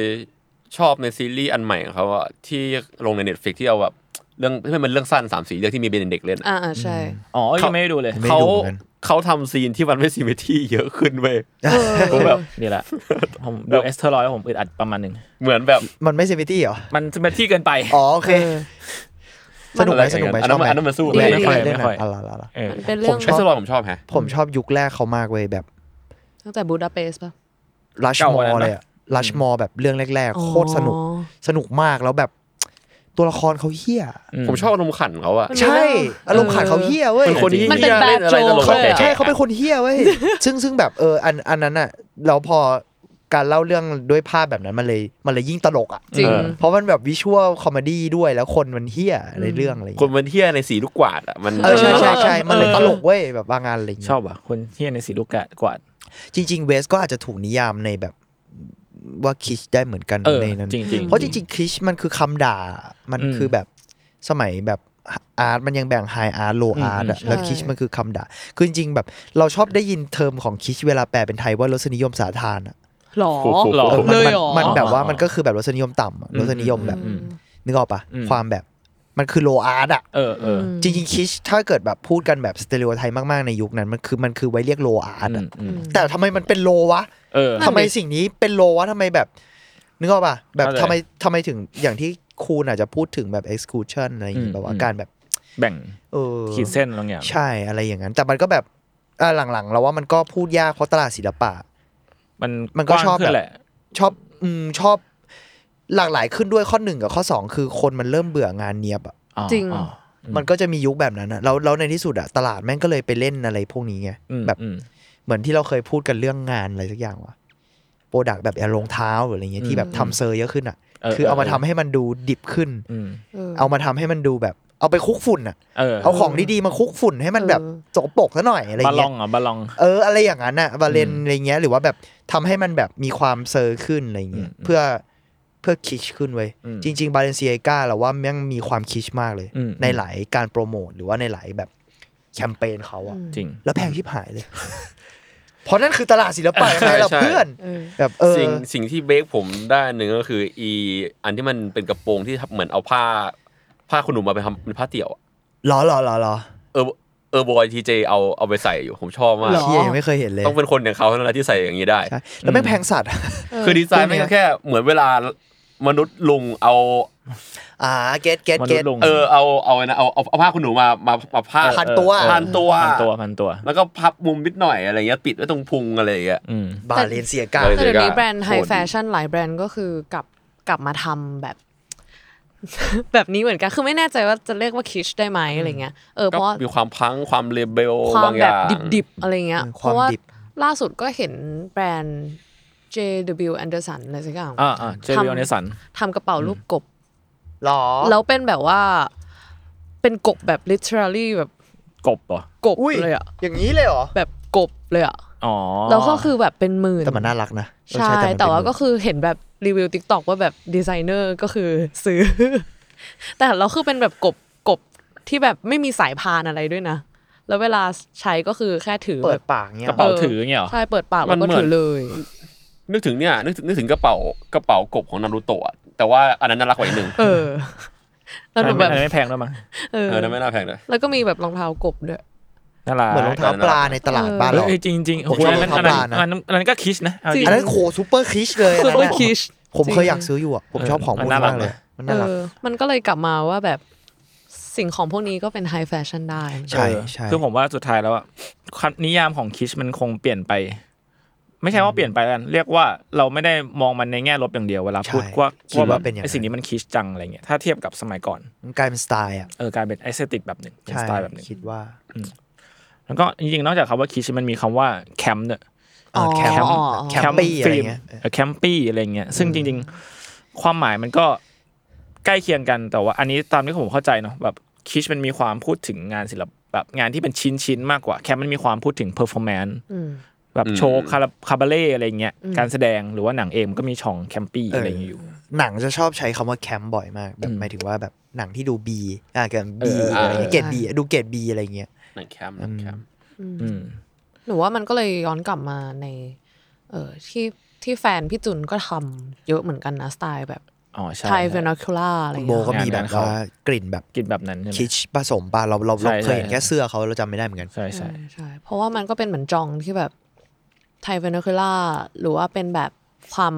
ชอบในซีรีส์อันใหม่ของเขาอะที่ลงใน Netflix ที่เอาแบบเรื่องที่มันเรื่องสั้นสามสีเรื่องที่มีเบนเด็กเล่นอะ อ่าอ่าใช่ อ๋อยังไม่ได้ดูเลย ไม่ เขา ดูเหมือนกัน เขาทำซีนที่มันไม่ซิมเมทรีเยอะขึ้นเว้ยผมแบบ นี่แหละ ผมดูเอสเทอร์ลอยแล้วผมอึดอัดประมาณหนึ่ง เหมือนแบบ มันไม่ซิมเมตรีเหรอ มันเป็นที่เกินไป อ๋อโอเค สนุกไหม อะร สนุกไหม อัน ช นอน บไหมั้มันอันนั้นมันสู้ ดี ไม่ได้ ไม่ค่อยไม่ค่อย เอะไรอะไร เออ มันเป็นเรื่อง ผมช ไอ้ บ สลอยผมชอบแฮะ ผมชอบยุคแรกเขามากเว้ยแบบ ตั้งแต่บูดาเปสต์ป่ะ รัช เก่าม ก อ ว่านั้นร์ปะ เลยอะรัชมอร์แบบเรื่องแรก อ๋ ๆ อ โคตรสนุกสนุกมากแล้วแบบ ตัวละครเขาเฮี้ย ผมชอบอารมณ์ขันเขาอะ ใช่ อารมณ์ขาดเขาเฮี้ยเว้ย เป็นคนที่ มันเป็น หี้ยล่อะไรตลก แบดโจ๊กเลยอะ ใช่ แก่ๆ เขาเป็นคนเฮี้ยเว้ย ซึ่งซึ่งแบบเอออันอันนั้นอ่ะเราพอการเล่าเรื่องด้วยภาพแบบนั้นมันเลยมันเลยยิ่งตลกอ่ะ จริง เออ เพราะมันแบบวิชวลคอมเมดี้ด้วยแล้วคนมันเฮี้ยในเรื่องอะไรอย่าง คน เงี้ย มันเที่ยในสีลูกกวาดอ่ะมัน เออใช่ใช่ใช่มันเลยตลกเว้ยแบบบางงานอะไรอย่าชงเงี้ อย บว่ะ คนที่ในสีลูกกะกวาด จริง ๆ เวสก็อาจจะถูกนิยามในแบบว่าคิชได้เหมือนกัน เออ ในนั้น จริงจริง เพราะจริงๆคิชมันคือคำด่า มัน อืม คือแบบสมัยแบบอาร์ตมันยังแบ่งไฮอาร์ตโล อืม อาร์ตอะ ใช่ แล้วคิชมันคือคำด่า คือจริงๆแบบเราชอบได้ยินเทอมของคิชเวลาแปลเป็นไทยว่ารสนิยมสาธารอะ หรอ หรอ เออมัน เลย มัน เหรอ มันแบบว่ามันก็คือแบบรสนิยมต่ำอะ อืม รสนิยมแบบ อืม นึกออกปะ อืม ความแบบมันคือโลอาร์ตอะ เออเออ จริงๆคิชถ้าเกิดแบบพูดกันแบบสเตอริโอไทยมากๆในยุคนั้นมันคือมันคือไว้เรียกโลอา อั ร์ต น อะ อืม แต่ทำไมมันเป็นโลวะ เออ ทำไมสิ่งนี้เป็นโลวะทำไมแบบ นึกออกป่ะแบบ เข้าใจ ทำไมทำไมถึงอย่างที่คูณอาจจะพูดถึงแบบ exclusion อะไรอย่าง อื งี้ ม แบบว่า อืม การแบบ แบ่ง เออ ขีดเส้นอะไรอย่างเงี้ย ใช่อะไรอย่างนั้น แต่มันก็แบบอ่ะหลังๆ เราว่ามันก็พูดยากเพราะตลาดศิลปะ มัน มันก็ ว้าง ชอบ ขึ้ แบบ แหละ ชอบอืมชอบ หลากหลายขึ้นด้วยข้อหนึ่งกับข้อสองคือคนมันเริ่มเบื่องานเนียบอ่ะ อ๋อ จริง อ๋อ อืม มันก็จะมียุคแบบนั้นอะแล้วแล้วในที่สุดอะตลาดแม่งก็เลยไปเล่นอะไรพวกนี้ไง อืม แบบ อืม เหมือนที่เราเคยพูดกันเรื่องงานอะไรสักอย่างวะโปรดักแบบเอารองเท้าหรืออะไรเงี้ยที่แบบทำเซอร์เยอะขึ้นอะ เออ คือเอามา เออ ทำให้มันดูดิบขึ้น อืม เอามาทำให้มันดูแบบ เอาไปคลุกฝุ่นอะ เออ เอาของดีๆมาคลุกฝุ่นให้มันแบบ เออ จกปรกซะหน่อยอะไร บาลอเงี้ยงเหรอ่ะบาลอง เอออะไรอย่างนั้นอะบาเลน อืม อะไรเงี้ยหรือว่าแบบทำให้มันแบบมีความเซอร์ขึ้นอะไรเงี้ย อืม เพื่อเพื่อคิชขึ้นไว้ย อืม จริง ๆ บาเลนเซียกาเราว่าแม่งมีความคิชมากเลย อืม ในหลายการโปรโมทหรือว่าในหลายแบบแคมเปญเขาอะ จริง แล้วแพงชิบหายเลย (laughs) เพราะนั่นคือตลาดศิลปะ ใช่ ไงล่ะ ใช่ เพื่อน เออ แบบเออ สิ่งสิ่งที่เบรกผมได้หนึ่งก็คือ อีอันที่มันเป็นกระโปรงที่เหมือนเอาผ้า ผ้าขนหนูมาไปทำเป็นผ้าเตี่ยวอะ หรอหรอหรอหรอ เออเออบอยทีเจเอาเอาไปใส่อยู่ผมชอบมาก เหร พี่ยังไม่เคยเห็นเลย ต้องเป็นคนอย่างเขาเท่านั้นที่ใส่อย่างนี้ได้ ใช่แล้วแม่งแพงสัตว์ (laughs) คือดีไซน์ไม่ พวกเนี้ ก็ ย แค่เหมือนเวลา มนุษย์ลุงเอา อ่าเก็ตเก็ต มนุ เก็ ษ ต ย์ลง เออเอาเอาไอ้นะเอาเอาเอาผ้าขนหนูมามามาผ้าด พันตัว เออ พันตัว พันตัวพันตัว แล้วก็พับมุมนิดหน่อยอะไรเงี้ยปิดไว้ตรงพุงอะไรอย่างเงี้ย อืม บาเลนเซียกา เออ แต่เดี๋ยวนี้แบรนด์ไฮ โหด แฟชั่นหลายแบรนด์ก็คือกลับกลับมาทำแบบ (laughs) แบบนี้เหมือนกันคือไม่แน่ใจว่าจะเรียกว่าคิชได้ไหมอะไรเงี้ยเออเพ ก็ ราะ มีความพังความเลเบล ควา บาม งอ แบ ย่า บ ง ดิบๆ อะไรเงี้ย เออ เพ ความ ราะว่า ดิบ ล่าสุดก็เห็นแบรนด์ JW Anderson อะไรสักอย่าง อ่าอ่าเจอริโอเนสัน ทำกระเป๋ารูปกบ หรอ แล้วเป็นแบบว่า เป็นกบแบบ literally แบบ กบเหรอ กบ อุ้ย เลยอะ อย่างนี้เลยเหรอ แบบกบเลยอะ อ๋อ แล้วก็คือแบบเป็นหมื่น แต่มันน่ารักนะเออ ใช่ มันเป็น แต่ว่าก็คือเห็นแบบรีวิวติ๊กต็อกว่าแบบดีไซเนอร์ก็คือซื้อ (laughs) แต่เราคือเป็นแบบกบกบที่แบบไม่มีสายพานอะไรด้วยนะ แล้วเวลาใช้ก็คือแค่ถือ เปิ แบ ด บ ปากเนี่ย กระเป๋าถืออย่างเงี้ยเหรอ ใช่เปิดปากแล้วก็ถือเลย นึกถึงเนี่ยนึกถึงนึกถึงกระเป๋ากระเป๋ากบของนารูโตะอะแต่ว่าอันนั้นน่ารักกว่านิดนึง เออ แล้วหนูแบบ อันไม่แพงด้วยมั้ง เออ เออนั่นไม่น่าแพงเลย แล้วก็มีแบบรองเท้ากบด้วย น่ารัก เหมือนรองเท้าปลาในตลาดบ้าน เอ เรา อจริงจริงๆโอ้โห ผมชอบ อันนั้นอันนั้น รองเท้าปลานะ อันนั้นอันนั้นก็คิชนะเอาจริง อันนั้นโคซูเปอร์คิชเลย คือ อัน เป นั้นอะ คิช ผมเคย จริง อยากซื้ออยู่อ่ะ ผมชอบของพวก มัน นี้ น่ารัก มากเลยมัน เอ น่ารัก อ มันก็เลยกลับมาว่าแบบสิ่งของพวกนี้ก็เป็นไฮแฟชั่นได้ ใช่ เออ ใช่ คือผมว่าสุดท้ายแล้วอะคำนิยามของคิชมันคงเปลี่ยนไป ไม่ใช่ว่าเปลี่ยนไปแล้วกัน เรียกว่าเราไม่ได้มองมันในแง่ลบอย่างเดียวเวลาพูด ใช่ ว่า คิดว่า แบบ เป็นอย่างนั้น ไอ้สิ่งนี้มันคิชจังอะไรเงี้ยถ้าเทียบกับสมัยก่อน มันกลายเป็นสไตล์อ่ะ เออกลายเป็นไอเซติกแบบหนึ่งเป็น ใช่ สไตล์แบบหนึ่ง คิดว่า แล้วก็จริงๆนอกจากคำว่าคิชมันมีคำว่าแคมป์เนี่ย อ่า อ๋อ แคมป์ อ๋อ แคมปี้อะไรเงี้ย แคมปี้อะไรเงี้ยซึ่งจริงๆ ความหมายมันก็ใกล้เคียงกันแต่ว่า อันนี้ตามที่ผมเข้าใจเนาะแบบคิชมันมีความพูดถึงงานศิลปะแบบงานที่เป็นชิ้นชิ้นๆมากกว่าแคมมันมีความพูดถึงเพอร์ฟอร์แมนซ์ อืม แบบ อืม โชว์คาราคาบาเล่อะไรเงี้ยการแสดงหรือว่าหนังเองมันก็มีช่องแคมปี้ เอออ อะไรอย่างเงี้ยอยู่ หนังจะชอบใช้คำว่าแคมป์บ่อยมาก แบบ อืม หมายถึงว่าแบบหนังที่ดูบีอ่าเกรดบี เออเอออ อะไรเงี้ย เออ เกรดบีดูเกรดบีอะไรเงี้ย หนังแคมป์หนังแคมป์ อืม หนูว่ามันก็เลยย้อนกลับมาใน เออที่ที่แฟนพี่จุนก็ทำเยอะเหมือนกันนะ สไตล์แบบ อ๋อใช่ ไทยเวนาคูล่าอะไรอ คุณ ย่าง โบ เงี้ย ก็มีแบค่ะงาบนเขา ว่ากลิ่นแบบ กินแบบนั้นใช่ไหม คิชผสมป่ะเราเราเรา ใช่ เคยเห็น ใช่ แค่เสื้อเขาเราจำไม่ได้เหมือนกัน ใช่ใช่ ใช่ใช่เพราะว่ามันก็เป็นเหมือนจองที่แบบไทยเวนาคูล่าหรือว่าเป็นแบบความ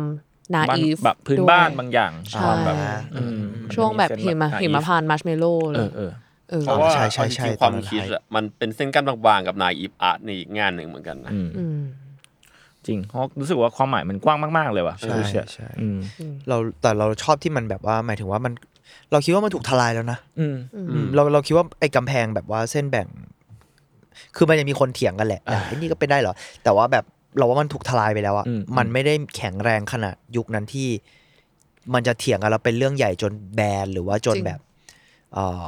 นา บ้าน อีฟ แบบพื้นบ้านบางอย่าง ใช่ ความแบบอืม ช่วงแบบหิมะ อ่ะ หิมะพานมัชเมลโล่ เออเออ เออ เพราะว่า ใช่ใช่ใช่ จริงๆความ ตอนนั้น คิดอะมันเป็นเส้นกั้นบางๆกับนายอีฟอาร์ตในอีกงานหนึ่งเหมือนกันนะ อืม จริงเพราะรู้สึกว่าความหมายมันกว้างมาก ๆ เลยว่ะ ใช่ รู้สึก ใช่ อืม เราแต่เราชอบที่มันแบบว่าหมายถึงว่ามันเราคิดว่ามันถูกทลายแล้วนะ อืม อืมเราเราคิดว่าไอ้กำแพงแบบว่าเส้นแบ่ง คือมันจะมีคนเถียงกันแหละอ่ะไอ้นี่ก็เป็นได้เหรอ แต่ว่าแบบเราว่ามันถูกทลายไปแล้วอะ อืม มันไม่ได้แข็งแรงขนาดยุคนั้นที่ มันจะเถียงกันแล้วเป็นเรื่องใหญ่จนแบนหรือว่าจน จริง แบบเอ่อ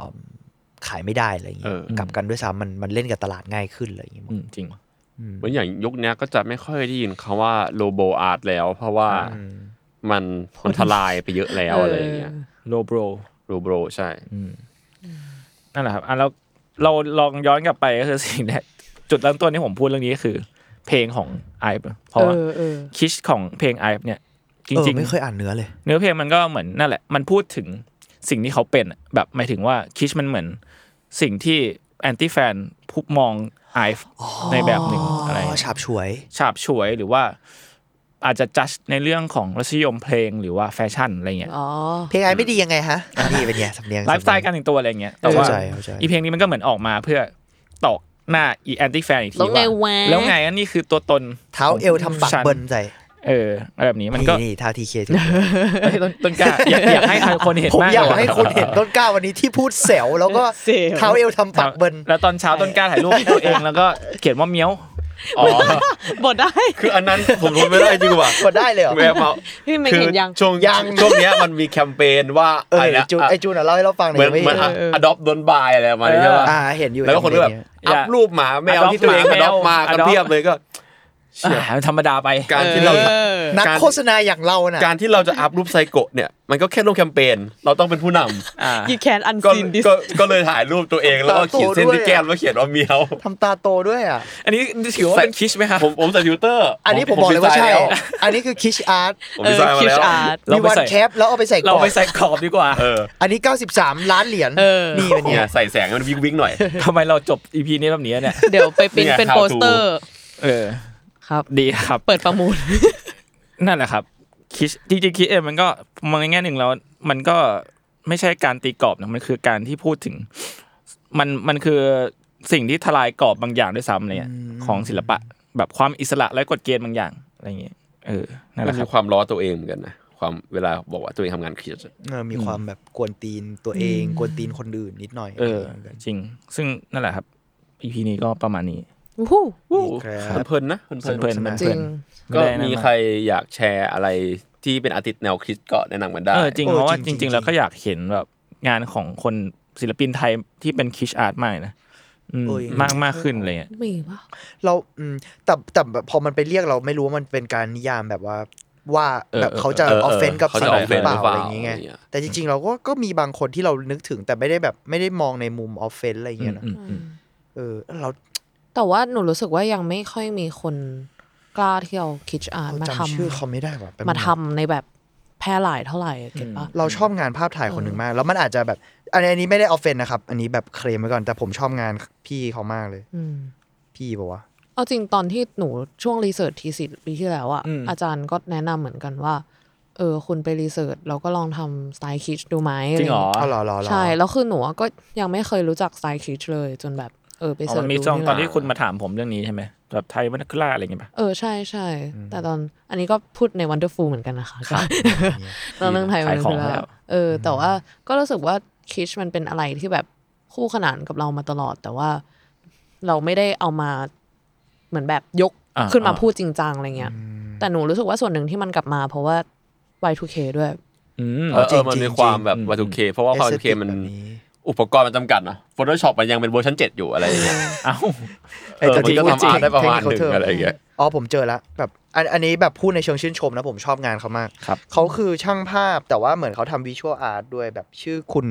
ขายไม่ได้อะไรอย่างเงี้ย เออ กลับกันด้วยซ้ำมันมันเล่นกับตลาดง่ายขึ้นอะไรอย่างเงี้ย อืมจริง เหมือนอย่างยุคเนี้ยก็จะไม่ค่อยได้ยินคำว่าโลโบอาร์ตแล้ว เพราะว่ามันมันทลายไปเยอะแล้วอะไรอย่างเงี้ย โลโบร โลโบใช่ นั่นแหละครับอ่ะแล้วเราลองย้อนกลับไปก็คือ (laughs) สิ่งแรกจุดเริ่มต้นที่ผมพูดเรื่องนี้คือ เพลงของไอป์เพราะ เอ ว่า อเออ คิชของเพลงไอป์เนี่ย จ เออ ริง ไม่เคยอ่านเนื้อเลย เนื้อเพลงมันก็เหมือนนั่นแหละ มันพูดถึงสิ่งที่เขาเป็นอะแบบหมายถึงว่าคิชมันเหมือนสิ่งที่แอนตี้แฟนพุมองไอฟ์ในแบบหนึ่งอะไรอย่าง อ๋อ เงี้ย ฉาบฉวย ฉาบฉวยหรือว่าอาจจะจัดในเรื่องของรสนิยมเพลงหรือว่าแฟชั่นอะไรเงี้ย อ๋อ เพลงไอไม่ดียังไงฮะนี่เป็นไงสำเนียง ไลฟ์สไตล์การแต่งตัวอะไรเงี้ยแต่ว่า เข้าใจเข้าใจ อีเพลงนี้มันก็เหมือนออกมาเพื่อตอกหน้าอีแอนตี้แฟนอีกที แล้วไงวะ แล้วไงอันนี้คือตัวตน เท้าเอวทำปาก ฉัน เบิร์นใจ เอออะไรแบบนี้มันก็ นี่นี่ท่าทีเคถูกเลย เอ้ยต้นต้นกล้า (laughs) อยากอยากให้คนเห็น ผม มาก อยาก เลย ให้คุณเห็นต้นกล้าวันนี้ที่พูดเสวแล้วก็ เสว เท้าเอวทำปากเบิน แล้วตอนเช้าต้นกล้าถ่ายรูปให้ตัวเองแล้วก็เขียนว่าเมี้ยว อ๋อ บทได้ คืออันนั้นผมทนไม่ได้จริง (laughs) ว่ะ กดได้เลยเหรอ แม่เมา (laughs) พี่เมย์ คือ เห็นยัง ช่วง ยัง ช่วงเนี้ยมันมีแคมเปญว่า เอ อะไร อ นะ จูน อ่ะ ไอจูนอ่ะเล่าให้เราฟังหน่ เหมื อ อน ยไม่ เหมือน เออเออ อดอปโดนบายอะไรประมาณนี้ใช่ป่ะ อ่าเห็นอยู่ แล้วก็คนก็แบบอเห็อยู่อั ย่า พรูปหมาแมว adopt ที่ตัวเอง หมา อดอป แมว มากัน adopt เพียบเลยก็ อ่าธรรมดาไป การที่เรา นัก การ โฆษณาอย่างเราน่ะ การที่เราจะอัพรูปไซโกะเนี่ยมันก็แค่ลงแคมเปญเราต้องเป็นผู้นำ อ่า you can ก็ unseen this ก็ก็เลยถ่ายรูปตัวเองแล้วก็ขีดเส้นที่แก้มแล้วเขียนว่าเมียว ทำตาโตด้วยอ่ะ อันนี้ถือว่าเป็นคิชไหมครับ ผมผมใส่ฟิลเตอร์ อันนี้ผมบอกเลยว่าใช่ ดีไซน์แ อันนี้คือคิชอาร์ต ผม เอ ดี อ ไซน์มา คิช แล้ว อาร์ต เรา มี ไป วัน ใส่ แคปแล้วเอาไปใส่ก เรา ล่อง ไปใส่ขอบดีกว่า เออ อันนี้ 93 ล้านเหรียญ เออ นี่เป็น เนี่ เนี่ยย ใส่แสงให้มันวิ่งวิ่งๆหน่อย (laughs) ทำไมเราจบอีพีนี้แบบนี้เนี่ย เดี๋ยวไปปริ้น เนี่ย เป็น how to โปสเตอร์ เออ ครับ ดีครับ เปิดประมูล นั่นแหละครับคิชจริงๆคิชเองมันก็มองในแง่หนึ่งแล้ว มันก็ไม่ใช่การตีกรอบนะมันคือการที่พูดถึง มันมันคือสิ่งที่ทลายกรอบบางอย่างด้วยซ้ำอะไรเลยของศิลปะ แบบความอิสระและกฎเกณฑ์บางอย่างอะไรอย่างเงี้ยเออนั่นแห มั ละ น ค มี รับ ความล้อตัวเองเหมือนกันนะความเวลาบอกว่าตัวเองทำงานเครียด เออมีความแบบกวนตีนตัวเองกวนตีนคนอื่นนิดหน่อย เออ จริง ซึ่งนั่นแหละครับ EP นี้ก็ประมาณนี้ วู้ฮู้วู้ ค เพ รับ ลินๆนะเพลิน เพลินๆ ๆ จริง ก็ ไได้นะ มีใครอยากแชร์อะไรที่เป็นอาร์ติสต์แนวคริสก็แนะนำกันได้ เออจริง เออ เพราะว่า จ จ ริงๆ ริง ๆ แล้วก็อยากเห็นแบบงานของคนศิลปินไทยที่เป็นคิชอาร์ตมากเลยนะอืม เออ มากมากขึ้นเลยอะ มีปะ เราอืมแต่แต่แบบพอมันไปเรียกเราไม่รู้ว่ามันเป็นการนิยามแบบว่าว่า ออ แบบเขาจะ เออ ออฟเฟนกับ เขา สิ่ จะ ง ออ นั้นหฟเฟ รื น อเป ห ล่าอะไรรือเปล่า อย่างเงี้ย อะไรอย่างเงี้ย แต่จริงๆ เราก็ก็มีบางคนที่เรานึกถึง แต่ไม่ได้แบบไม่ได้มองในมุมออฟเฟนอะไรอย่าง อื เงี้ ม ยนะ อืมอืม เออเรา แต่ว่าหนูรู้สึกว่ายังไม่ค่อยมีคนกล้าที่เอาคิชอาร์ตมา จำชื่อเขา ทำ ไม่ได้ว่ะแป๊บนึง มาทำในแบบแพร่หลายเท่าไหร่เก็ตปะ เราชอบงานภาพถ่ายคนหนึ่งมาก แล้วมันอาจจะแบบ อันนี้อันนี้ไม่ได้ออฟเฟนนะครับ อันนี้แบบเคลมไว้ก่อน แต่ผมชอบงานพี่เขามากเลย อืม พี่ปะวะ เอาจริงตอนที่หนูช่วงรีเสิร์ชทีสิปีที่แล้วอะ อืม อาจารย์ก็แนะนำเหมือนกันว่า เออ คุณไปรีเสิร์ชแล้วก็ลองทำสไตล์คิชดูไหมะไ จริงเหรอ ย เอาเหรอเหรอเหรอ ใช่ แล้วคือหนูอะก็ยังไม่เคยรู้จักสไตล์คิชเลย จนแบบ เออ ไป อ๋อ เสิร์ มันชดู มีช่อง นี่ ตอน แหละ ที่คุณมาถามผมเรื่องนี้ใช่ไหมแบบไทยวัฒนกล้าอะไรอย่างเงี้ยป่ะ เออใช่ใช่แต่ตอนอันนี้ก็พูดใน Wonderful เหมือนกันนะคะ ครับ ตอนเรื่องไทยมัน ขายข คือ อง แล้ว เออ แต่ว่าก็รู้สึกว่าคิชมันเป็นอะไรที่แบบคู่ขนานกับเรามาตลอด แต่ว่าเราไม่ได้เอามาเหมือนแบบยก อ่า ขึ้นมา อ่า พูดจริงจังอะไรเงี้ย แต่หนูรู้สึกว่าส่วนหนึ่งที่มันกลับมาเพราะว่า Y2K ด้วย อืม เออเออมันมีความแบบ จริงๆ Y2K เพราะว่า Y2K มันอุปกรณ์มันจำกัดนะ Photoshop มันยังเป็นเวอร์ชัน7อยู่อะไรอย่างเงี้ย เอ้า ไอ้ เออ แต่จมันริง ก็ ๆ ทำอาร์ตได้ประมาณหนึ่ง เทคนิคเขาเถอะ อะไรอย่างเงี้ย อ๋อผมเจอแล้วแบบอันอันนี้แบบพูดในเชิงชื่นชมนะผมชอบงานเขามาก ครับ เขาคือช่างภาพแต่ว่าเหมือนเขาทำวิชวลอาร์ตด้วยแบบชื่อคุณ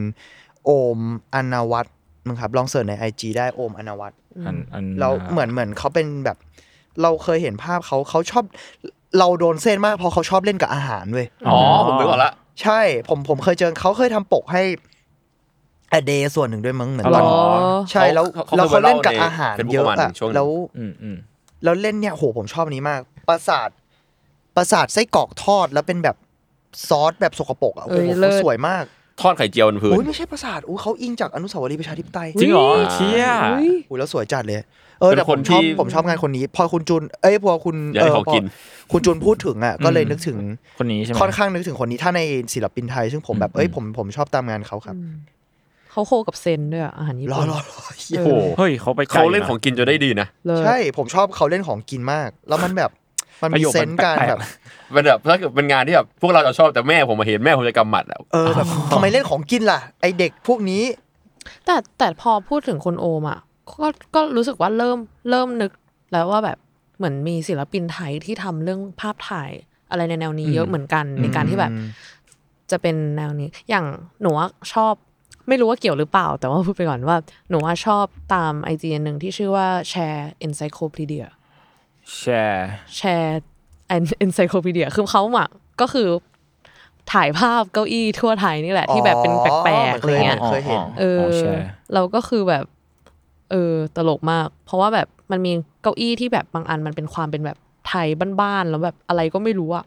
โอมอนาวัตรมั้งครับลองเสิร์ชใน IG ได้โอมอนาวัตร อันอัน เราเหมือนเหมือนเขาเป็นแบบ เราเคยเห็นภาพเขาเขาชอบ เราโดนเส้นมากเพราะเขาชอบเล่นกับอาหารเว้ย อ๋อผมนึกออกละ ใช่ผมผมเคยเจอเขาเคยทำปกให้อเดส่วนหนึ่งด้วยมั้งเหมือน อ๋อเหรอ ตนใช่แล้ว เขาเขา แล้ว เขา เขา เล่า เล่นกับอาหาร ใน Facebook เยอะ ประมาณหนึ่ อะ งช่วงหนึ่ง แล้ว อืมอืม แล้วเล่นเนี่ยโหผมชอบอันนี้มาก ประสาทประสาทไส้กรอกทอดแล้วเป็นแบบซอสแบบสกปรกอ่ะโอ้ เอ้ย โห เลิศ สวยมาก ทอดไข่เจียวบนพื้น โอ้ยไม่ใช่ประสาทโอ้ยเขาอิงจากอนุสาวรีย์ประชาธิปไตย จริงเหรอ อุ๊ย เชี่ย อุ๊ย โอ้ยแล้วสวยจัดเลย เออ เป็น แต่ผมชอบ คนที่ ผมชอบงานคนนี้ พอคุณจุน เอ้ยพอคุณ อยากให้เขา พอ กิน คุณจุนพูดถึงอ่ะ ก็เลย อืม นึกถึง คนนี้ใช่ไหม ค่อนข้างนึกถึงคนนี้ถ้าในศิลปินไทย ซึ่งผมแบบ อืม เอ้ยผมผมชอบตามงานเขาครับ เขาโคกับเซนด้วยอะอาหารญี่ รอ ปุ่น รอรอเหี้ย โอ้โห เฮ้ยเขาไปไก เขาเล่นะ ของกินจนได้ดีนะ เลย ใช่ผมชอบเขาเล่นของกินมาก แล้วมันแบบ มัน ประ มี โยคมัน เซนส์การ แปลกๆ แบบ เป็นแบบถ้าเกิดเป็นงานที่แบบพวกเราจะชอบแต่แม่ผมมาเห็นแม่ผมจะกำหมัดอ่ะ เออแบบทำไมเล่นของกินล่ะ ไอเด็กพวกนี้ แต่แต่พอพูดถึงคุณโอมอ่ะก็ก็รู้สึกว่าเริ่มเริ่มนึกแล้วว่าแบบเหมือนมีศิลปินไทยที่ทำเรื่องภาพถ่ายอะไรในแนวนี้เยอะเหมือนกันในการที่แบบ จะเป็นแนวนี้ อย่างหนูว่าชอบไม่รู้ว่าเกี่ยวหรือเปล่า แต่ว่าพูดไปก่อนว่าหนูว่าชอบตามไอจีหนึ่งที่ชื่อว่าแชร์ encyclopedia แชร์ แชร์เอ็นไซโคพีเดียคือเขาอะก็คือถ่ายภาพเก้าอี้ทั่วไทยนี่แหละ ที่แบบเป็นแปลกๆอะไรเงี้ย คยเห็น เออ แชร์ เราก็คือแบบ เออ ตลกมาก เพราะว่าแบบมันมีเก้าอี้ที่แบบบางอันมันเป็นความเป็นแบบไทยบ้านๆแล้วแบบอะไรก็ไม่รู้อะ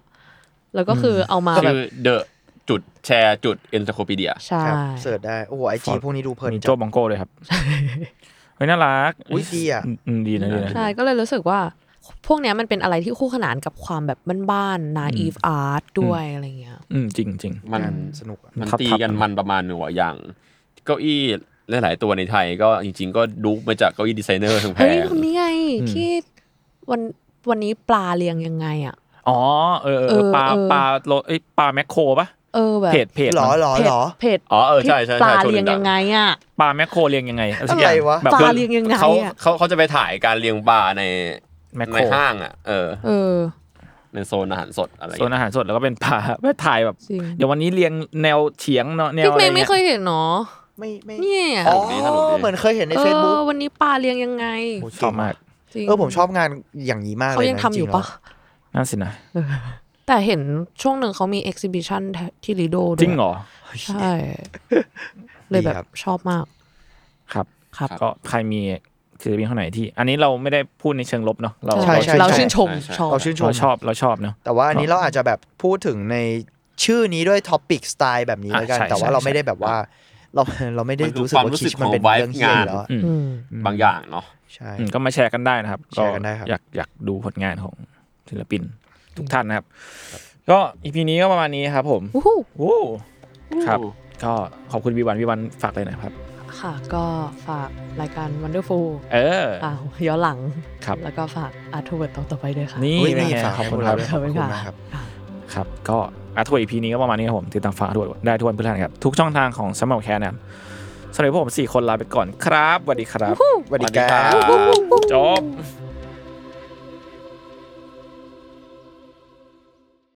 แล้วก็คือเอามาแบ ชื่อบ The จุดแชร์จุด Encyclopedia ใช่ ครับเสิร์ชได้ โอ้โหไอจีพวกนี้ดูเพลิน มี จั โจ้ ด บัง (laughs) โก้เลยครับเฮ้ยน่ารัก อุ้ยดีอ่ะ อืมดีนะดีนะ ใช่ก็เลยรู้สึกว่า พวกเนี้ยมันเป็นอะไรที่คู่ขนานกับความแบบบ้านๆนาอีฟอาร์ตด้วยอะไรเงี้ย อืมจริงจริง มัน สนุกอะ มัน ครับ ตี ครับ กันมันประมาณหนึ่งว่ะอย่าง เก้าอี้หลายๆตัวในไทยก็จริง ๆ ก็ดูมาจากเก้าอี้ดีไซเนอร์ทั้งแพ เฮ้ย ง คนนี้ไงที่วันวันนี้ปลาเรียงยังไงอ่ะ ๆอ๋อเออเออ เออ ปลา เออ ปลาโลเอ้ยปลาแมคโครปะ เออแบบ เพจเพจ หรอ มั้ง หรอ เพจ หรอ เพจ อ๋อเออใช่ใช่ ที่ป ใช่ ลา ช่ว เรียง ดั ยังไงอ่ะ ปลาแมคโครเรียงยังไงสักย่าง อะไรวะ แบบ ปลา ดิน เรียงยังไง เขา อ่ะ เขาเขาจะไปถ่ายการเลี้ยงปลาใน แมคโค ใน ร ห้างอ่ะเออ เออ ในโซนอาหารสดอะไร โซนอาหารสดแล้วก็เป็นปลา (laughs) ไปถ่ายแบบ จริง เดี๋ยววันนี้เรียงแนวเฉียงเนาะแนว พี่ อะไรเงี้เมง ย ไม่เคยเห็นเนาะ ไม่ไม่ เนี่ย อ๋อเหมือนเคยเห็นใน เอ Facebook อวันนี้ปลาเรียงยังไง โอ้ ชอบมาก จริง เออผมชอบงานอย่างนี้มากเลย เขายัง นะ ทำ จริ อยู่ ๆแล้ว ปะ นั่นสินะ แต่เห็นช่วงหนึ่งเขามี e อ h i b i t i o n ที่ลิโดด้วย จริงเหรอ ใช่เลยแบบชอบมาก ครับ ครับ ก็ใครมีศิลปินคนไหนที่ อันนี้เราไม่ได้พูดในเชิงลบเนาะเรา ใช่ เรา ใช่ เรา ใช่ ชื่นชมชอบ เราชื่นชม เราชอบเราชอบเนาะ แต่ว่าอันนี้เราอาจจะแบบพูดถึงในชื่อนี้ด้วยท็อปิกสไตล์แบบนี้แล้วกัน อ่ะใช่ แต่ว่า ใช่ เราไม่ได้แบบว่า เรา (laughs) เราไม่ได้ มันคือ รู้สึก ความ ว่า รู้ คิ สึ ช ก มัน ของ เป็นเรื่องเหี้ยอ Vibe ยู่แล้วอะ งาน อืม บางอย่างเนาะ ใช่ อืมก็มาแชร์กันได้นะครับ แชร์กันได้ครับ อยากอยากดูผลงานของศิลปินทุกท่านนะครับ ก็อีพีนี้ก็ประมาณนี้ครับผม วู้ฮู้ โอ้ครับ ก็ขอบคุณวีวันวีวันฝากเลยหนะครับ ค่ะ ก็ฝากรายการ Wonderful เออ อ่าย้อนหลัง ครับ แล้วก็ฝากอาร์ทเวิร์ดต่อไปด้วยค่ะ นี่ เฮ้ย เป็นไง ฝาก ขอบคุณคให้รับ พวก ขอบ เา คุ ด้ ณ วยขอบณมากค่ะครับ ครับก็อาทัวร์อีพีนี้ก็ประมาณนี้ครับผมติดตามฟังอาทัวร์ได้ทุกวันพฤหัสครับ ทุกช่องทางของสมอลแคร์นะครับสำหรับพวกผมสี่คนลาไปก่อนครับสวัสดีครับ สวัสดีครับ จบ